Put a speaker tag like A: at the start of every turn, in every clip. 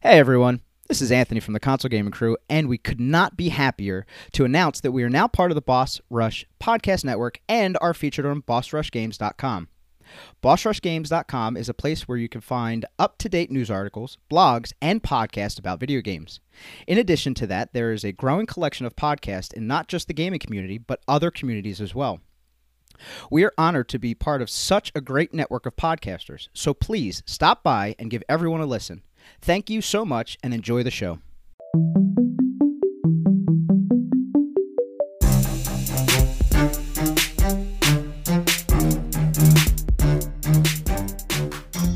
A: Hey everyone, this is Anthony from the Console Gaming Crew, and we could not be happier to announce that we are now part of the Boss Rush Podcast Network and are featured on BossRushGames.com. BossRushGames.com is a place where you can find up to date news articles, blogs, and podcasts about video games. In addition to that, there is a growing collection of podcasts in not just the gaming community, but other communities as well. We are honored to be part of such a great network of podcasters, so please stop by and give everyone a listen. Thank you so much and enjoy the show.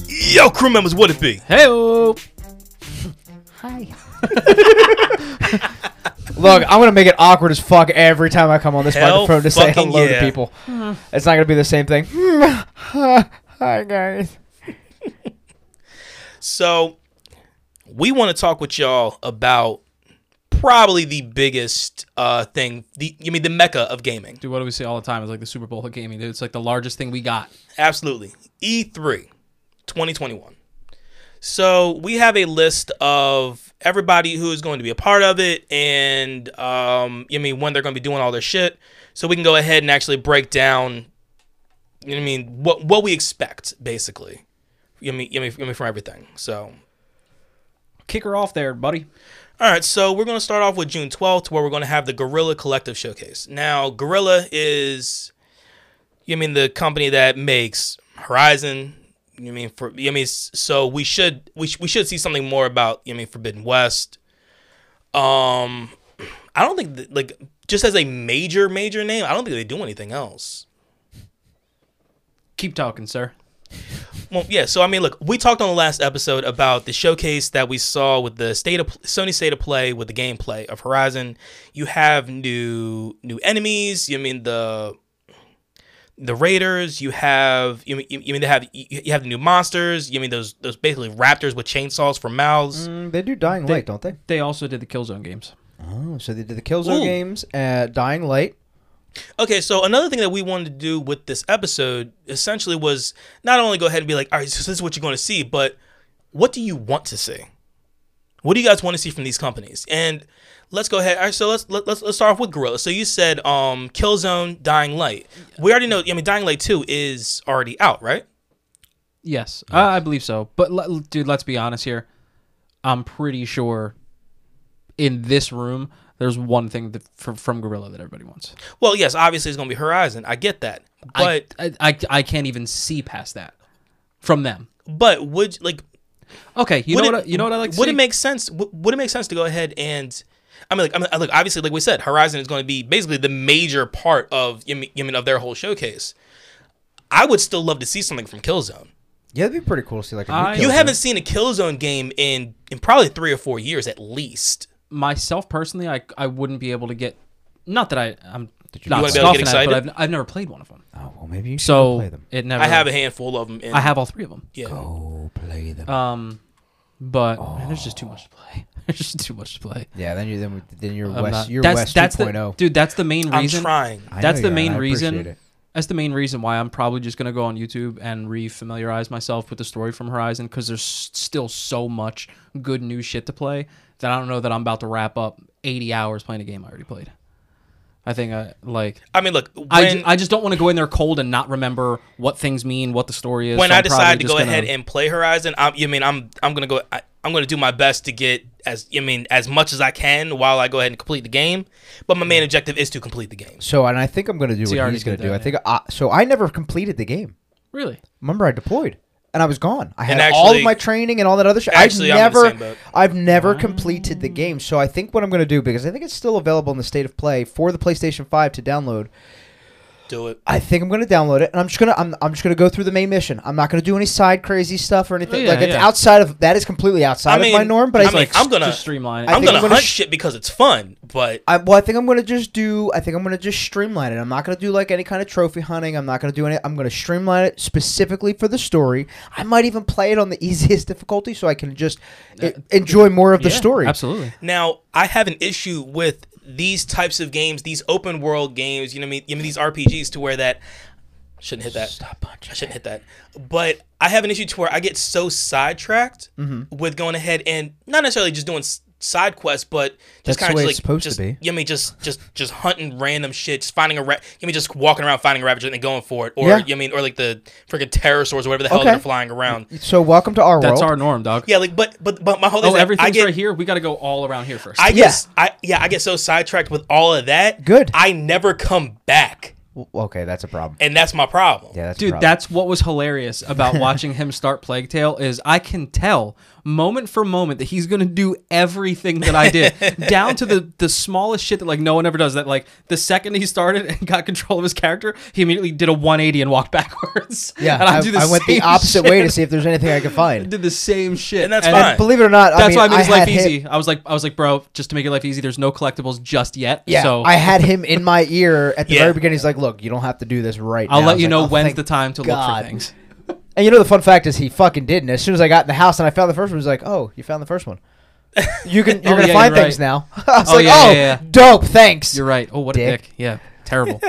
B: Yo, crew members, what it be?
C: Hey,
A: Hi.
D: Look, I'm gonna make it awkward as fuck every time I come on this
B: Hell
D: microphone to say
B: fucking
D: hello
B: yeah.
D: to people. It's not gonna be the same thing. Hmm. Hi guys.
B: So, we want to talk with y'all about probably the biggest uh thing. The you mean the mecca of gaming?
C: dude, what do we say all the time? It's like the Super Bowl of gaming, dude. It's like the largest thing we got.
B: Absolutely. E E3 2021. So, we have a list of everybody who is going to be a part of it and um you mean when they're going to be doing all their shit. So we can go ahead and actually break down you know what I mean what what we expect basically. You mean you mean, you mean from everything. So,
C: Kick her off there, buddy.
B: All right, so we're going to start off with June 12th, where we're going to have the Gorilla Collective Showcase. Now, Gorilla is, you mean the company that makes Horizon. You mean for you mean s- so we should we, sh- we should see something more about you mean Forbidden West. Um, I don't think that, like just as a major major name, I don't think they do anything else.
C: Keep talking, sir.
B: Well, yeah. So I mean, look, we talked on the last episode about the showcase that we saw with the state of Sony State of Play with the gameplay of Horizon. You have new new enemies. You mean the the raiders. You have you mean, you mean they have you you have the new monsters. You mean those those basically raptors with chainsaws for mouths.
D: Mm, they do Dying Light, don't they?
C: They also did the Killzone games.
D: Oh, so they did the Killzone
B: Ooh.
D: games, uh, Dying Light.
B: Okay, so another thing that we wanted to do with this episode essentially was not only go ahead and be like, all right, so this is what you're going to see, but what do you want to see? What do you guys want to see from these companies? And let's go ahead. All right, so let's let, let's let's start off with Gorilla. So you said um Killzone, Dying Light. We already know. I mean, Dying Light Two is already out, right?
C: Yes, uh, I believe so. But le- dude, let's be honest here. I'm pretty sure in this room there's one thing that fr- from Gorilla that everybody wants.
B: Well, yes, obviously it's going to be Horizon. I get that,
C: I-
B: but
C: I, I I can't even see past that from them.
B: but would like
C: Okay, you
B: Would
C: know
B: it-
C: what I, you know what I like. To
B: would
C: see?
B: it make sense? w- Would it make sense to go ahead and? I mean, like, I mean, look. Obviously, like we said, Horizon is going to be basically the major part of you mean, you mean of their whole showcase. I would still love to see something from Killzone.
D: Yeah, that'd be pretty cool to see like a new
C: I-
D: Killzone.
B: You haven't seen a Killzone game in in probably three or four years at least.
C: myself personally? I I wouldn't be able to get. Not that I I'm not
B: wanna be able to get
C: scoffing at it, but
B: excited?
C: I've, I've never played one of them.
D: Oh well, maybe you should go play
C: So
D: them.
C: it never.
B: I have a handful of them. In,
C: I have all three of them.
B: Yeah.
D: Go Oh, play them.
C: Um, but man, there's just too much to play. There's just too much to play.
D: yeah, then you then, we- then you're
C: I'm
D: West.
C: not-
D: you're
C: that's
D: West
C: that's
D: 2.0.
C: the dude. That's the main
B: I'm
C: reason.
B: trying.
D: oh. I know
C: that's the
D: you are,
C: main
D: and I
C: reason-
D: appreciate it.
C: That's the main reason why I'm probably just gonna go on YouTube and re-familiarize myself with the story from Horizon because there's s- still so much good new shit to play that I don't know that I'm about to wrap up 80 hours playing a game I already played. I think I like.
B: I mean, look. When,
C: I, ju- I just don't want to go in there cold and not remember what things mean, what the story is.
B: when
C: so
B: I
C: I'm probably
B: decide to
C: just
B: go
C: gonna-
B: ahead and play Horizon, I'm, you mean I'm I'm gonna go I, I'm gonna do my best to get as you mean as much as I can while I go ahead and complete the game. But my main objective is to complete the game.
D: So and I think I'm gonna do
C: See,
D: what
C: I already
D: he's gonna
C: did
D: do.
C: that,
D: I think I, so. I never completed the game.
C: really,
D: Remember, I deployed and I was gone. I had
B: And
D: all of
B: actually-
D: my training and all that other shit.
B: Actually,
D: I've
B: I'm in the
D: never,
B: same boat.
D: I've
C: Ah.
D: never completed the game. So I think what I'm going to do because I think it's still available in the state of play for the PlayStation Five to download.
B: Do it.
D: I think I'm going to download it and I'm just gonna, I'm, I'm just gonna go through the main mission. I'm not going to do any side crazy stuff or anything.
C: Oh, yeah,
D: like it's
C: yeah.
D: outside of that is completely outside
B: I mean,
D: of my norm. But
B: I
D: I,
B: mean,
D: like,
B: I'm gonna
C: just streamline it.
D: I
B: I'm
D: think
B: gonna
D: I'm gonna
B: hunt
D: sh-
B: shit because it's fun, but
D: I, well, I think I'm gonna just do. I think I'm gonna just streamline it. I'm not gonna do like any kind of trophy hunting. I'm not gonna do any. I'm gonna streamline it specifically for the story. I might even play it on the easiest difficulty so I can just e- enjoy more of the
C: Yeah,
D: story.
C: Absolutely.
B: Now, I have an issue with these types of games, these open world games, you know what I mean? You mean these RPGs to where that Shouldn't hit that.
D: Stop
B: I
D: punching.
B: shouldn't hit that. But I have an issue to where I get so sidetracked
D: Mm-hmm.
B: with going ahead and not necessarily just doing s- side quests, but
D: That's
B: just
D: the
B: kind of
D: way
B: just like
D: it's supposed to
B: just,
D: be.
B: You know, what I mean, just just just hunting random shit, just finding a rat. You know, what I mean, just walking around finding a rabbit and then going for it, or
D: Yeah.
B: you know, what I mean, or like the freaking pterosaurs or whatever the hell
D: Okay. Mm-hmm.
B: they're flying around.
D: So welcome to our
C: That's
D: world.
C: our norm, dog.
B: Yeah, like but but but my whole thing
C: Oh,
B: is that I
C: everything's
B: get
C: right here. We got to go all around here first.
B: I
D: Yeah.
B: guess I yeah I get so sidetracked with all of that.
D: Good.
B: I never come back,
D: W- okay, that's a problem.
B: and that's my problem.
D: Yeah, that's a
C: Dude,
D: problem.
C: that's what was hilarious about watching him start Plague Tale is I can tell moment for moment that he's gonna do everything that I did, down to the the smallest shit that like no one ever does. That like the second he started and got control of his character, he immediately did a 180 and walked backwards.
D: yeah.
C: and I,
D: I,
C: do the
D: I went the
C: same
D: opposite
C: shit.
D: way to see if there's anything I could find.
C: Did the same shit,
B: And that's
C: fine.
B: fine.
D: And believe it or not, I
C: That's
D: mean,
C: why I made
D: I
C: his life
D: had him-
C: easy. I was like, I was like, bro, just to make your life easy, there's no collectibles just yet.
D: Yeah,
C: so
D: I had him in my ear at the
B: Yeah.
D: very beginning. He's like, "Look, you don't have to do this right
C: I'll
D: now." I
C: let
D: was
C: you
D: like,
C: know
D: "Oh,
C: when's
D: thank
C: the time to look
D: God."
C: for things.
D: And you know the fun fact is he fucking didn't. As soon as I got in the house and I found the first one, he was like, "Oh, you found the first one. You can you're
C: Oh,
D: gonna
C: yeah,
D: find
C: you're
D: things
C: right.
D: now." I was
C: Oh,
D: like,
C: yeah,
D: "Oh,
C: yeah, yeah.
D: dope, thanks."
C: You're right. Oh, what a
D: Dick.
C: dick. Yeah, terrible,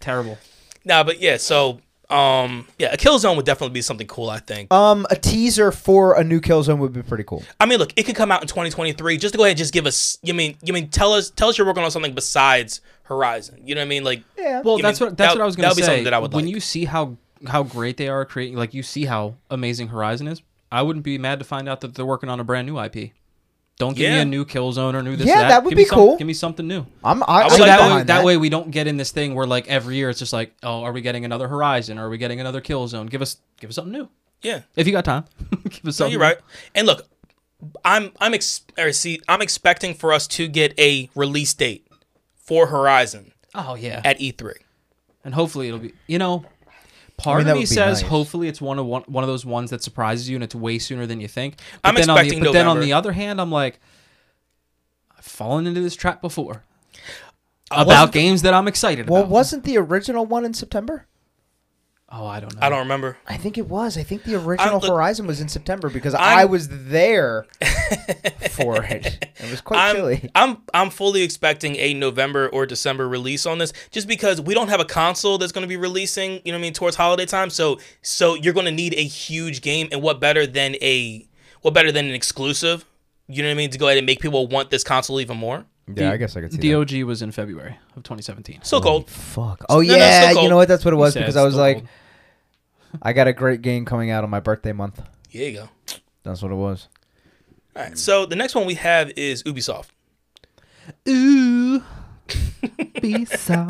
C: terrible.
B: Nah, but yeah, so um yeah, a kill zone would definitely be something cool, I think.
D: um, a teaser for a new Killzone would be pretty cool.
B: I mean, look, it could come out in 2023. Just to go ahead and just give us you mean you mean tell us tell us you're working on something besides Horizon. You know what I mean? Like
D: Yeah.
C: Well,
B: You
C: that's
B: mean,
C: what that's
B: that-
C: what I was
B: that
C: gonna
B: would be
C: say.
B: something that I would
C: when
B: like.
C: you see how how great they are creating, like you see how amazing Horizon is, I wouldn't be mad to find out that they're working on a brand new IP. Don't give me
B: Yeah.
C: a new Killzone or new this.
D: Yeah,
C: that,
D: that would
C: Give me
D: be
C: some-
D: cool.
C: Give me something new.
D: I'm. I,
B: would
D: I'm
C: So
B: like
C: that,
D: behind
C: way, that way we don't get in this thing where like every year it's just like, oh, are we getting another Horizon? Are we getting another Killzone? Give us give us something new
B: yeah.
C: if you got time. give us
B: No,
C: something.
B: you're right. And look, I'm I'm ex- or see, I'm expecting for us to get a release date for Horizon
C: Oh yeah.
B: at E E3.
C: and hopefully it'll be you know part
D: mean, that
C: of me
D: would be
C: says
D: nice.
C: hopefully it's one of one, one of those ones that surprises you and it's way sooner than you think but
B: I'm
C: then on
B: expecting
C: the, but then on
B: November.
C: the other hand i'm like i've fallen into this trap before
B: I
C: about
B: wasn't-
C: games that i'm excited
D: Well,
C: about
D: wasn't the original one in September?
C: oh i don't know
B: I don't remember.
D: I think it was. I think the original
B: look-
D: Horizon was in September because
B: I'm-
D: I was there for it. It was quite
B: I'm,
D: chilly.
B: I'm I'm fully expecting a November or December release on this, just because we don't have a console that's going to be releasing. You know what I mean towards holiday time. So so you're going to need a huge game, and what better than a what better than an exclusive? You know what I mean to go ahead and make people want this console even more.
D: Yeah, I guess I could see
C: dog was in february of 2017
B: Still cold.
D: Fuck. Oh
B: no, it's
D: yeah,
B: still
D: you know
B: cold.
D: what? That's what it was
C: said
D: because
C: it's
D: I was
C: still
D: like,
C: cold.
D: I got a great game coming out on my birthday month.
B: There you go.
D: That's what it was.
B: All right. So the next one we have is Ubisoft.
C: ooh be so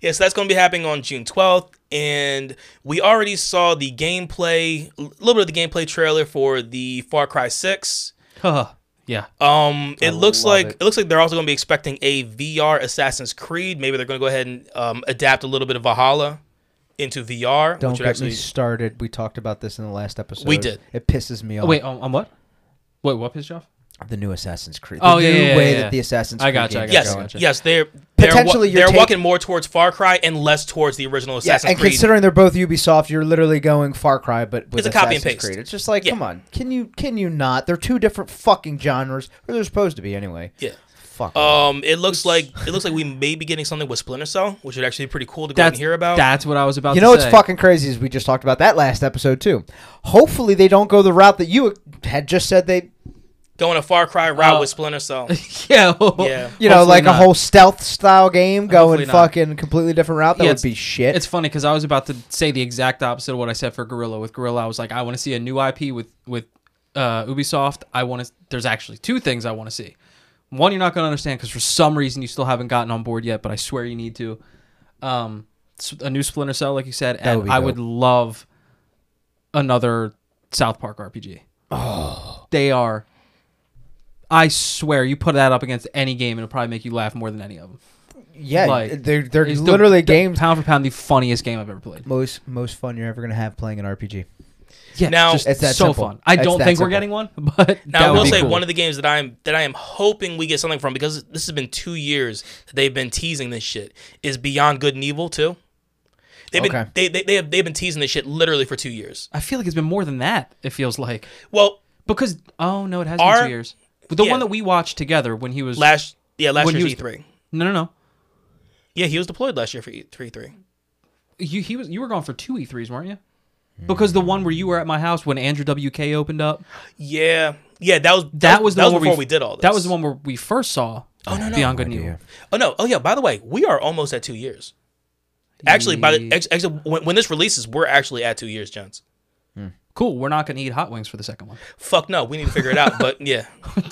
B: Yeah, so that's going to be happening on June 12th. And we already saw the gameplay, a little bit of the gameplay trailer for the Far Cry 6.
C: Huh. yeah
B: Um, it looks
D: love
B: like
D: it.
B: it. looks like they're also going to be expecting a VR Assassin's Creed. Maybe they're going to go ahead and um, adapt a little bit of Valhalla into VR,
D: Don't
B: which
D: get
B: would actually
D: me started. We talked about this in the last episode.
B: We did.
D: It pisses me off.
C: oh, wait on, on what wait what pissed you off
D: the new Assassin's Creed. The
C: Oh, yeah,
D: new
C: yeah, yeah,
D: way
C: yeah.
D: that the Assassin's
C: I
D: Creed
C: gotcha, I
D: games
B: yes,
D: are
C: gotcha.
B: yes, they're they're, wa-
D: Potentially you're
B: they're
D: take-
B: walking more towards Far Cry and less towards the original
D: Yeah,
B: Assassin's
D: and
B: Creed.
D: considering they're both Ubisoft, you're literally going Far Cry, but with
B: It's a copy and
D: Assassin's
B: paste.
D: Creed. It's just like,
B: Yeah.
D: come on, can you can you not? They're two different fucking genres, or they're supposed to be anyway.
B: yeah.
D: Fuck.
C: Uh,
B: Um, it looks like it looks like we may be getting something with Splinter Cell, which would actually be pretty cool to go ahead and
C: that's
B: hear about.
C: that's what i was about
D: you
C: to
D: know what's
C: say.
D: fucking crazy is we just talked about that last episode too. Hopefully they don't go the route that you had just said they,
B: Going a Far Cry route
C: Uh,
B: with Splinter Cell.
C: yeah well,
B: Yeah.
D: you know,
C: hopefully
D: like
C: not.
D: a whole stealth style game
C: Hopefully
D: going
C: not.
D: fucking completely different route. That
C: Yeah,
D: would be shit.
C: It's funny because I was about to say the exact opposite of what I said for Gorilla. With Gorilla, I was like, I want to see a new IP with with uh, Ubisoft. I want to. There's actually two things I want to see. One, you're not going to understand because for some reason you still haven't gotten on board yet, but I swear you need to. Um, s- a new Splinter Cell, like you said, and
D: would be
C: I
D: dope.
C: would love another South Park RPG. Oh, they are. I swear, you put that up against any game, it'll probably make you laugh more than any of them.
D: yeah,
C: like,
D: they're they're
C: It's the-
D: literally
C: the-
D: games
C: pound for pound, the funniest game I've ever played.
D: most most fun you're ever gonna have playing an RPG.
C: Yeah,
B: Now-
C: just
D: It's that
C: so
D: simple.
C: fun. I
D: It's
C: don't
D: that
C: think
D: simple.
C: we're getting one, but that
B: Now I
C: would
B: will
C: be
B: say
C: cool.
B: one of the games that I'm that I am hoping we get something from because this has been two years that they've been teasing this shit is Beyond Good and Evil too. They've been
D: Okay.
B: they, they they have they've been teasing this shit literally for two years.
C: I feel like it's been more than that. It feels like
B: Well,
C: because oh no, it has
B: Our-
C: been two years. But the
B: yeah.
C: one that we watched together when he was
B: last yeah last E
C: When
B: year's
C: he was-
B: E3.
C: no no no
B: E Yeah, he was deployed last year for E3.
C: you he was you were gone for two E3s, weren't you? Because the one where you were at my house when Andrew WK opened up,
B: Yeah, yeah. That was that,
C: that was the
B: that
C: one
B: was
C: where
B: before we did all this.
C: That was the one where we first saw. Oh no, no Beyond Good and Evil.
B: Oh no. Oh yeah. By the way, we are almost at two years. Actually, by the ex- ex- when, when this releases, we're actually at two years, Jones.
C: Cool. We're not going to eat hot wings for the second one.
B: Fuck no. We need to figure it out. But yeah,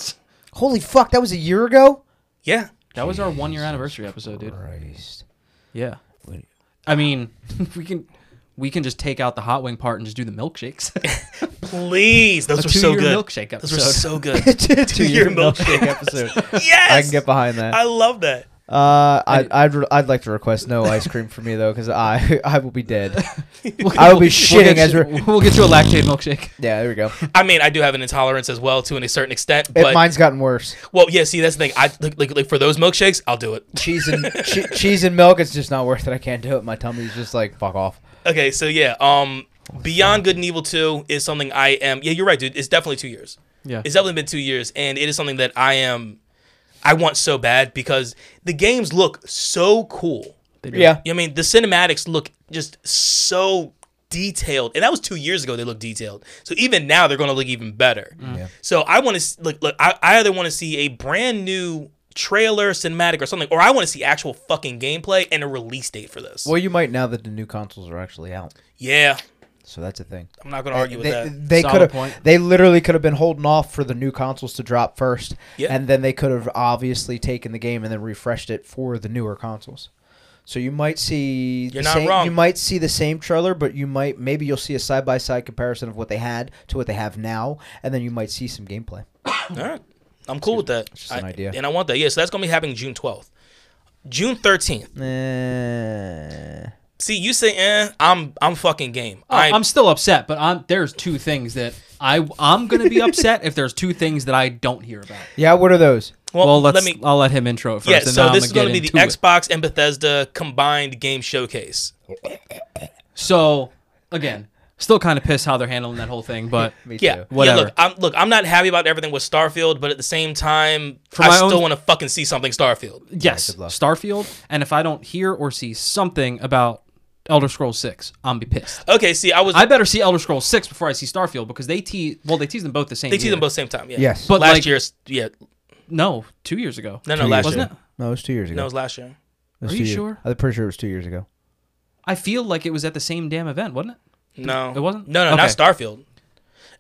D: Holy fuck, that was a year ago.
B: yeah.
C: that was our one year anniversary episode, dude.
D: Christ.
C: Yeah. I mean, we can we can just take out the hot wing part and just do the milkshakes.
B: Please, those
C: A
B: were so
C: two-year
B: good.
C: milkshake
B: Those were
C: episode.
B: so good.
D: Two,
B: Two-year milkshake.
D: episode.
B: yes,
D: I can get behind that.
B: I love that.
D: Uh, I, I'd re- I'd like to request no ice cream for me though, because I I will be dead. I will be shitting
C: get
D: as
C: you-
D: we're.
C: we'll get you a lactate milkshake.
D: Yeah, there we go.
B: I mean, I do have an intolerance as well to a certain extent,
D: It,
B: but
D: mine's gotten worse.
B: well, yeah. See, that's the thing. I like, like, like for those milkshakes, I'll do it.
D: Cheese and che- cheese and milk. It's just not worth it. I can't do it. My tummy's just like fuck off.
B: Okay, so yeah, um, Beyond Good and Evil Two is something I am. Yeah, you're right, dude. It's definitely two years.
C: Yeah.
B: It's definitely been two years, and it is something that I am. I want so bad because the games look so cool.
C: They do.
D: Yeah,
B: You know what I mean, the cinematics look just so detailed, and that was two years ago. They looked detailed, so even now they're going to look even better. So I want to look. Look, I, I either want to see a brand new trailer, cinematic, or something, or I want to see actual fucking gameplay and a release date for this.
D: Well, you might now that the new consoles are actually out.
B: yeah,
D: So that's a thing.
B: I'm not going to argue with
D: They,
B: that.
D: they
C: Solid
D: could
C: point.
D: have. They literally could have been holding off for the new consoles to drop first,
B: Yeah.
D: and then they could have obviously taken the game and then refreshed it for the newer consoles. So you might see. the
B: You're not
D: same-
B: wrong.
D: You might see the same trailer, but you might maybe you'll see a side by side comparison of what they had to what they have now, and then you might see some gameplay.
B: All right. I'm cool with that.
D: just an
B: I-
D: idea.
B: And I want that. Yeah, so that's going to be happening June 12th. June 13th.
D: Eh.
B: See, you say, eh, I'm I'm fucking game.
C: Oh, I'm still upset, but I'm, there's two things that I I'm gonna be upset if there's two things that I don't hear about.
D: Yeah, what are those?
C: Well,
B: well,
C: let's.
B: let me.
C: I'll let him intro it first.
B: Yeah,
C: and
B: so
C: then
B: this
C: I'm
B: is going to be the
C: get into it.
B: Xbox and Bethesda combined game showcase.
C: So again, still kind of pissed how they're handling that whole thing, but
D: Me
B: Yeah,
D: too.
B: yeah.
C: Whatever.
B: Look, I'm look. I'm not happy about everything with Starfield, but at the same time,
C: For
B: I
C: my own-
B: still want to fucking see something Starfield.
C: yes,
D: good luck.
C: Starfield. And if I don't hear or see something about Elder Scrolls Six, I'm be pissed.
B: Okay, see, I was.
C: I better see Elder Scrolls Six before I see Starfield because they tease. Well, they teased them both the same.
B: they teased
C: year.
B: them both same time. Yeah.
D: Yes.
C: But
B: last
C: like-
B: year's. Yeah.
C: No, two years ago.
B: No, no,
D: Two
B: last
D: years
B: year.
C: wasn't
D: ago. No, it was two years ago.
B: No, it was last year.
D: It was
C: Are
D: two
C: you
D: years-
C: sure?
D: I'm pretty sure it was two years ago.
C: I feel like it was at the same damn event, wasn't it?
B: No,
C: It wasn't?
B: No, no, not
C: Okay.
B: Starfield.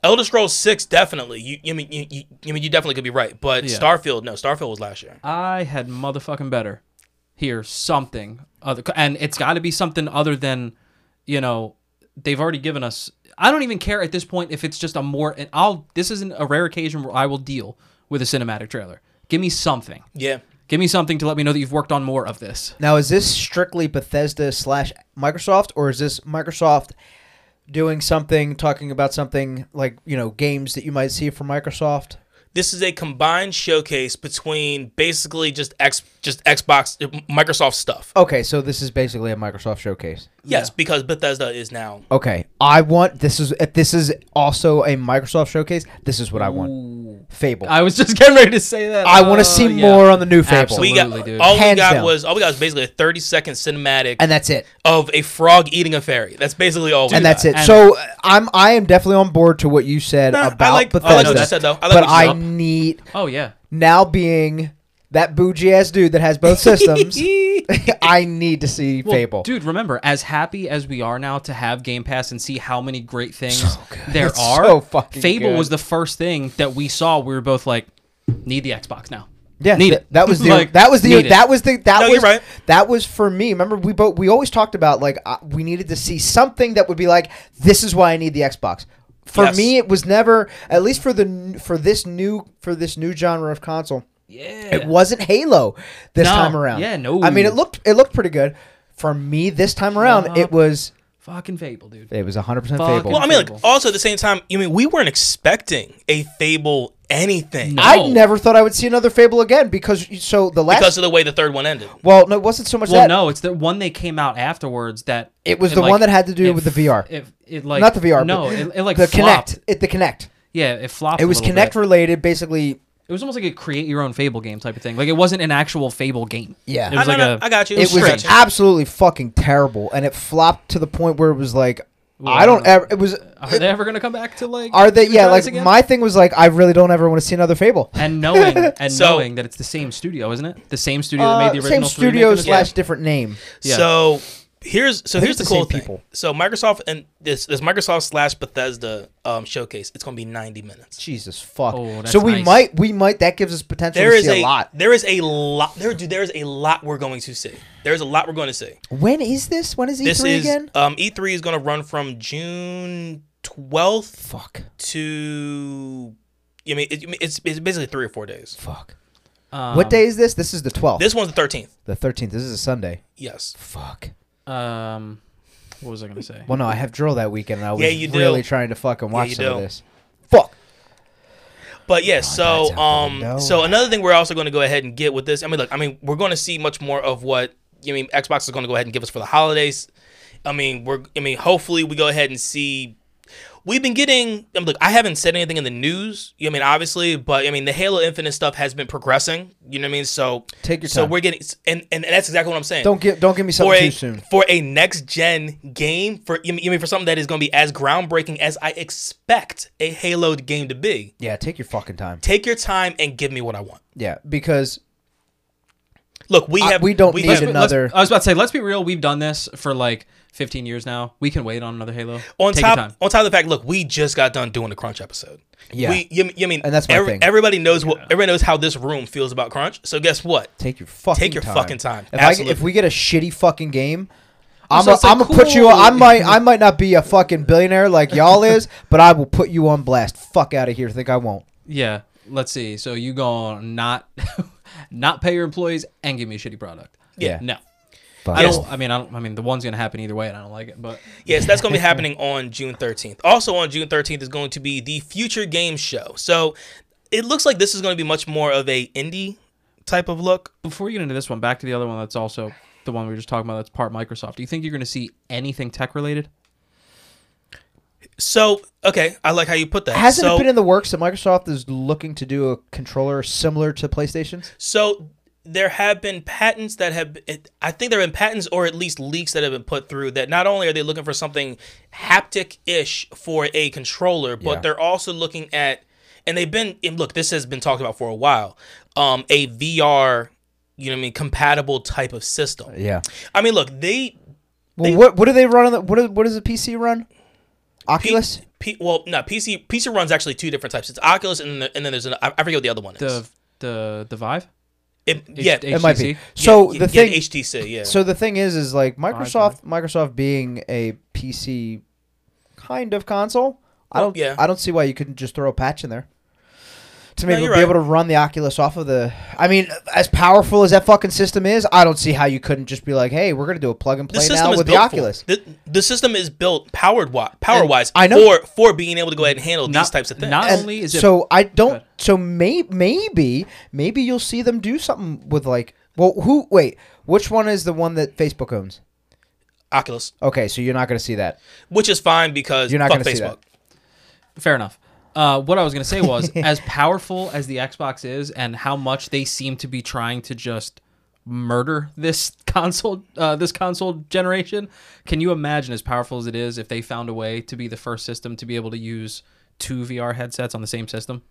B: Elder Scrolls Six definitely. You, you mean you, you, you mean you definitely could be right, but
C: Yeah.
B: Starfield, no, Starfield was last year.
C: I had motherfucking better hear something other, and it's got to be something other than, you know, they've already given us. I don't even care at this point if it's just a more. And I'll. This isn't a rare occasion where I will deal with a cinematic trailer. Give me something.
B: Yeah,
C: Give me something to let me know that you've worked on more of this.
D: Now, is this strictly Bethesda slash Microsoft, or is this Microsoft doing something, talking about something like you know games that you might see from Microsoft?
B: this is a combined showcase between basically just X, just Xbox, Microsoft stuff.
D: Okay, so this is basically a Microsoft showcase.
B: Yes, because Bethesda is now.
D: Okay, I want this is if this is also a Microsoft showcase. This is what I want. Fable. I,
C: I was just getting ready to say that.
D: want to
C: Uh,
D: see
C: yeah.
D: more on the new Fable,
C: Absolutely.
B: We got
C: dude.
B: all we
D: Hands
B: got
D: down.
B: was all we got was basically a thirty second cinematic
D: and that's it.
B: of a frog eating a fairy. That's basically all. we
D: and
B: got.
D: that's it.
C: And-
D: so uh, I'm I am definitely on board to what you said
B: Nah, I
D: about
B: like- I like
D: Bethesda.
B: what you said, though. I
D: but
B: like what you
D: I
B: said.
D: need
C: Oh yeah.
D: now being that bougie ass dude that has both systems. I need to see
C: Well,
D: Fable.
C: Dude, remember, as happy as we are now to have Game Pass and see how many great things
D: good.
C: there
D: It's
C: are,
D: so fucking
C: Fable
D: good.
C: was the first thing that we saw. We were both like, need the Xbox now.
D: yeah,
C: need
D: th-
C: it.
D: That was the
C: Like,
D: that was the
C: need it.
D: that was the that
B: No,
D: was
B: you're right.
D: that was for me. Remember, we both we always talked about like uh, we needed to see something that would be like this is why I need the Xbox. For
B: Yes.
D: me, it was never at least for the n- for this new for this new genre of console.
C: Yeah.
D: It wasn't Halo this
C: No.
D: time around.
C: Yeah, no.
D: I mean, it looked it looked pretty good. For me, this time around,
C: Nah.
D: it was
C: Fucking Fable, dude.
D: it was 100 percent
C: Fucking-
D: Fable.
B: Well, I mean,
C: Fable.
B: like also at the same time, you mean we weren't expecting a Fable anything
C: No.
D: I never thought I would see another Fable again because so the last
B: because of the way the third one ended.
D: well no it wasn't so much
C: Well,
D: that
C: no, it's the one they came out afterwards that
D: It was the one that had to do
C: it
D: with the
C: f-
D: VR.
C: It, it like
D: not the VR
C: No,
D: but
C: it, it like
D: the
C: flopped.
D: Connect it the Connect
C: Yeah, it flopped.
D: it
C: a
D: was
C: little
D: Connect
C: bit.
D: related basically
C: It It was almost like a create your own Fable game type of thing. Like it wasn't an actual Fable game.
D: Yeah.
C: it was
B: I,
C: like
B: no, no,
C: a.
B: I got you.
D: It was
B: Stretch.
D: absolutely fucking terrible, and it flopped to the point where it was like,
C: Well,
D: I don't
C: I
D: ever. It was.
C: Are they ever gonna come back to like?
D: Are they?
C: Human
D: Yeah,
C: Trials
D: like
C: again?
D: my thing was like, I really don't ever want to see another Fable.
C: And knowing and
B: So-
C: knowing that it's the same studio, isn't it? The same studio
D: Uh,
C: that made the
D: same
C: original. three
D: studio
C: making this
D: slash
C: game?
D: different name.
C: Yeah.
B: So here's so
D: I think
B: here's
D: it's
B: the
D: the
B: cool
D: same
B: thing.
D: people.
B: So Microsoft and this this Microsoft slash Bethesda um, showcase. It's going to be 90 minutes.
D: Jesus fuck.
C: Oh, that's
D: so we
C: nice.
D: might, we might. That gives us potential
B: There
D: to
B: is
D: see a,
B: a
D: lot.
B: there is a lot there dude there is a lot we're going to see. There's a lot we're going to see.
D: When is this? When is E3
B: This is
D: E again?
B: um E3 is going to run from June 12th
D: Fuck.
B: to I mean it, it's it's basically 3 or 4 days.
D: Fuck.
C: Um,
D: what day is this? This is the twelfth.
B: This one's the 13th.
D: the thirteenth. This is a Sunday.
B: Yes.
D: Fuck.
C: Um, what was I gonna say?
D: Well, no, I have drill that weekend, and I was
B: Yeah, you do.
D: really trying to fucking watch
B: you
D: some of
B: do.
D: this. Fuck.
B: But
D: Oh
B: yeah,
D: that's
B: so
D: out the
B: um,
D: window.
B: so another thing we're also going to go ahead and get with this. I mean, look, I mean, we're going to see much more of what I mean. Xbox is going to go ahead and give us for the holidays. I mean, we're I mean, hopefully we go ahead and see. We've been getting. I mean, look, I haven't said anything in the news. You know what I mean, obviously, but I mean, the Halo Infinite stuff has been progressing. You know what I mean? So
D: Take your
B: So
D: time.
B: we're getting, and and, and that's exactly what I'm saying.
D: Don't give. Don't give me
B: for
D: something
B: a
D: too soon.
B: for a next gen game for you mean for something that is going to be as groundbreaking as I expect a Halo game to be
D: Yeah, take your fucking time.
B: take your time and give me what I want.
D: Yeah, because
B: Look, we
D: I-
B: have
D: we don't need
B: have-
D: another-
C: Let's- I was about to say, let's be real. We've done this for like 15 years now. We can wait on another Halo.
B: on
C: Take
B: top
C: your time.
B: on top of the fact. Look, we just got done doing the crunch episode.
D: Yeah.
B: we, you, you mean,
D: And that's my thing.
B: Everybody knows what everybody knows how this room feels about crunch. So guess what?
D: take your fucking.
B: Take your
D: time.
B: fucking time.
D: If, I,
B: Absolutely.
D: if we get a shitty fucking game. I'm
C: So
D: gonna
C: it's like,
D: put you.
C: cool.
D: On, I might. I might not be a fucking billionaire like y'all is, but I will put you on blast. Fuck out of here. Think I won't?
C: Yeah. Let's see. So you gonna not not pay your employees and give me a shitty product?
D: Yeah.
C: No.
D: Fuck.
C: I don't. I mean, I don't. I mean, the one's gonna happen either way, and I don't like it. But
B: Yes, that's going to be happening on June 13th. Also on June 13th is going to be the Future Games Show. So it looks like this is going to be much more of a indie type of look.
C: before you get into this one, back to the other one. That's also the one we were just talking about. That's part Microsoft. Do you think you're gonna see anything tech related?
B: So okay, I like how you put that.
D: Hasn't
B: so,
D: it been in the works that Microsoft is looking to do a controller similar to PlayStation's?
B: So there have been patents that have, I think there have been patents or at least leaks that have been put through that not only are they looking for something haptic ish for a controller, but
D: Yeah.
B: they're also looking at, and they've been, and look, this has been talked about for a while, um, a VR, you know what I mean, compatible type of system.
D: Yeah.
B: I mean, look, they,
D: Well, what what do they run on the what? do- what does the PC run?
B: P,
D: Oculus.
B: P, well, no, PC, PC runs actually two different types. It's Oculus and, the, and then there's an, I I forget what the other one is.
C: The the the Vive.
B: It-
C: H-
B: yeah.
C: HTC?
D: It might be. So
B: yeah,
D: the
B: yeah,
D: thing.
B: HTC, yeah.
D: so the thing is, is
B: Oh,
D: like
C: sorry.
D: Microsoft. Microsoft being a PC kind of console. I
B: Well,
D: don't.
B: yeah.
D: I don't see why you couldn't just throw a patch in there. To
B: No,
D: maybe
B: you're
D: be
B: right.
D: able to run the Oculus off of the. I mean, as powerful as that fucking system is, I don't see how you couldn't just be like, "Hey, we're gonna do a plug and play now with the
B: built for-
D: Oculus."
B: The, the system is built powered wi- power
C: And
B: wise
D: I know-
B: for for being able to go ahead and handle these
C: Not-
B: types of things.
C: not-
D: And
C: only is it-
D: so I
C: Go
D: don't.
C: ahead.
D: So may, maybe maybe you'll see them do something with like. Well, who? Wait, which one is the one that Facebook owns?
B: Oculus,
D: Okay, so you're not going to see that.
B: which is fine because
D: You're not
B: fuck
D: gonna see that.
B: Facebook.
C: Fair enough. Uh, what I was gonna say was, as powerful as the Xbox is, and how much they seem to be trying to just murder this console, uh, this console generation. Can you imagine, as powerful as it is, if they found a way to be the first system to be able to use two VR headsets on the same system?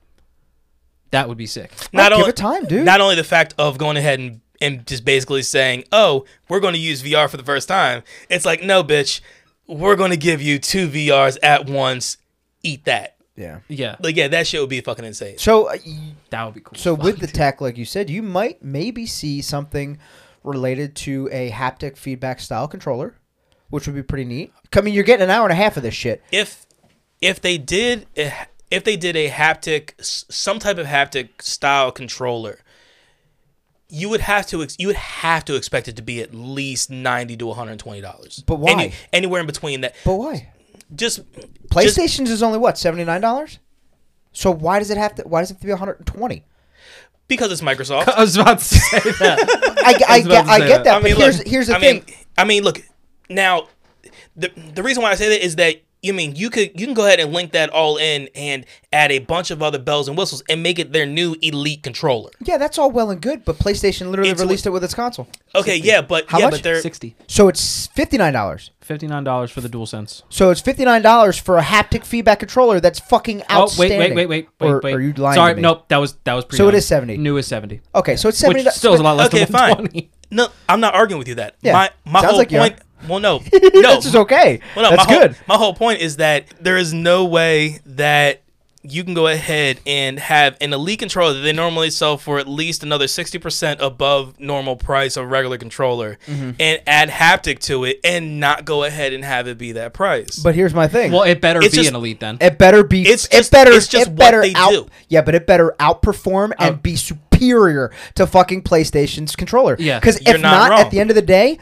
C: That would be sick.
B: Not
D: give
B: only
D: it time, dude.
B: Not only the fact of going ahead and and just basically saying, "Oh, we're going to use VR for the first time." It's like, no, bitch, we're going to give you two VRs at once. Eat that.
D: Yeah.
C: Yeah,
B: Like, yeah, that shit would be fucking insane.
D: So uh, y-
C: that would be cool.
D: so with the tech, like you said, you might maybe see something related to a haptic feedback style controller, which would be pretty neat. I mean, you're getting an hour and a half of this shit.
B: if if they did if they did a haptic s- some type of haptic style controller you would have to ex- you would have to expect it to be at least 90 to 120 dollars
D: But why?
B: anywhere in between that
D: But why?
B: just just-
D: PlayStation's is only what seventy nine dollars. So why does it have to? Why does it have to be one hundred and twenty?
B: because it's microsoft
C: I was about to say that.
D: I, I,
C: was
D: get,
C: about to
D: I
C: say
D: get
C: that.
D: that, but here's, here's the
B: I
D: thing.
B: mean, I mean, look. Now, the the reason why I say that is that you mean you could you can go ahead and link that all in and add a bunch of other bells and whistles and make it their new elite controller.
D: Yeah, that's all well and good, but PlayStation literally
B: It's
D: released it with its console.
B: Okay, yeah, but
D: How
B: yeah,
D: much?
B: but they're
C: Sixty.
D: So it's fifty nine dollars.
C: $59 for the DualSense.
D: So it's fifty nine dollars for a haptic feedback controller that's fucking
C: Oh, wait,
D: outstanding.
C: wait, wait, wait, wait,
D: Or-
C: wait.
D: Are you lying?
C: Sorry,
D: to me?
C: nope, that was that was pre
D: So it is 70.
C: New is 70.
D: Okay, so it's seventy.
C: Which still is a lot less
B: Okay,
C: than
B: fine.
C: 120.
B: no, I'm not arguing with you that.
D: Yeah,
B: my my
D: sounds
B: whole
D: like you are.
B: point. Well, no, no,
D: This is okay.
B: Well, no,
D: that's
B: my
D: good.
B: Whole, my whole point is that there is no way that you can go ahead and have an elite controller that they normally sell for at least another 60% above normal price of regular controller
D: Mm-hmm.
B: and add haptic to it and not go ahead and have it be that price.
D: But here's my thing.
C: Well, it better
B: It's
C: be
B: just-
C: an elite then.
D: it better be.
B: It's
D: it
B: just-
D: better.
B: it's just
D: it
B: what
D: better
B: they
D: out,
B: do.
D: Yeah, but it better outperform and
C: Out-
D: be superior to fucking PlayStation's controller.
C: Yeah,
D: because
B: you're
D: if not,
B: not wrong.
D: at the end of the day,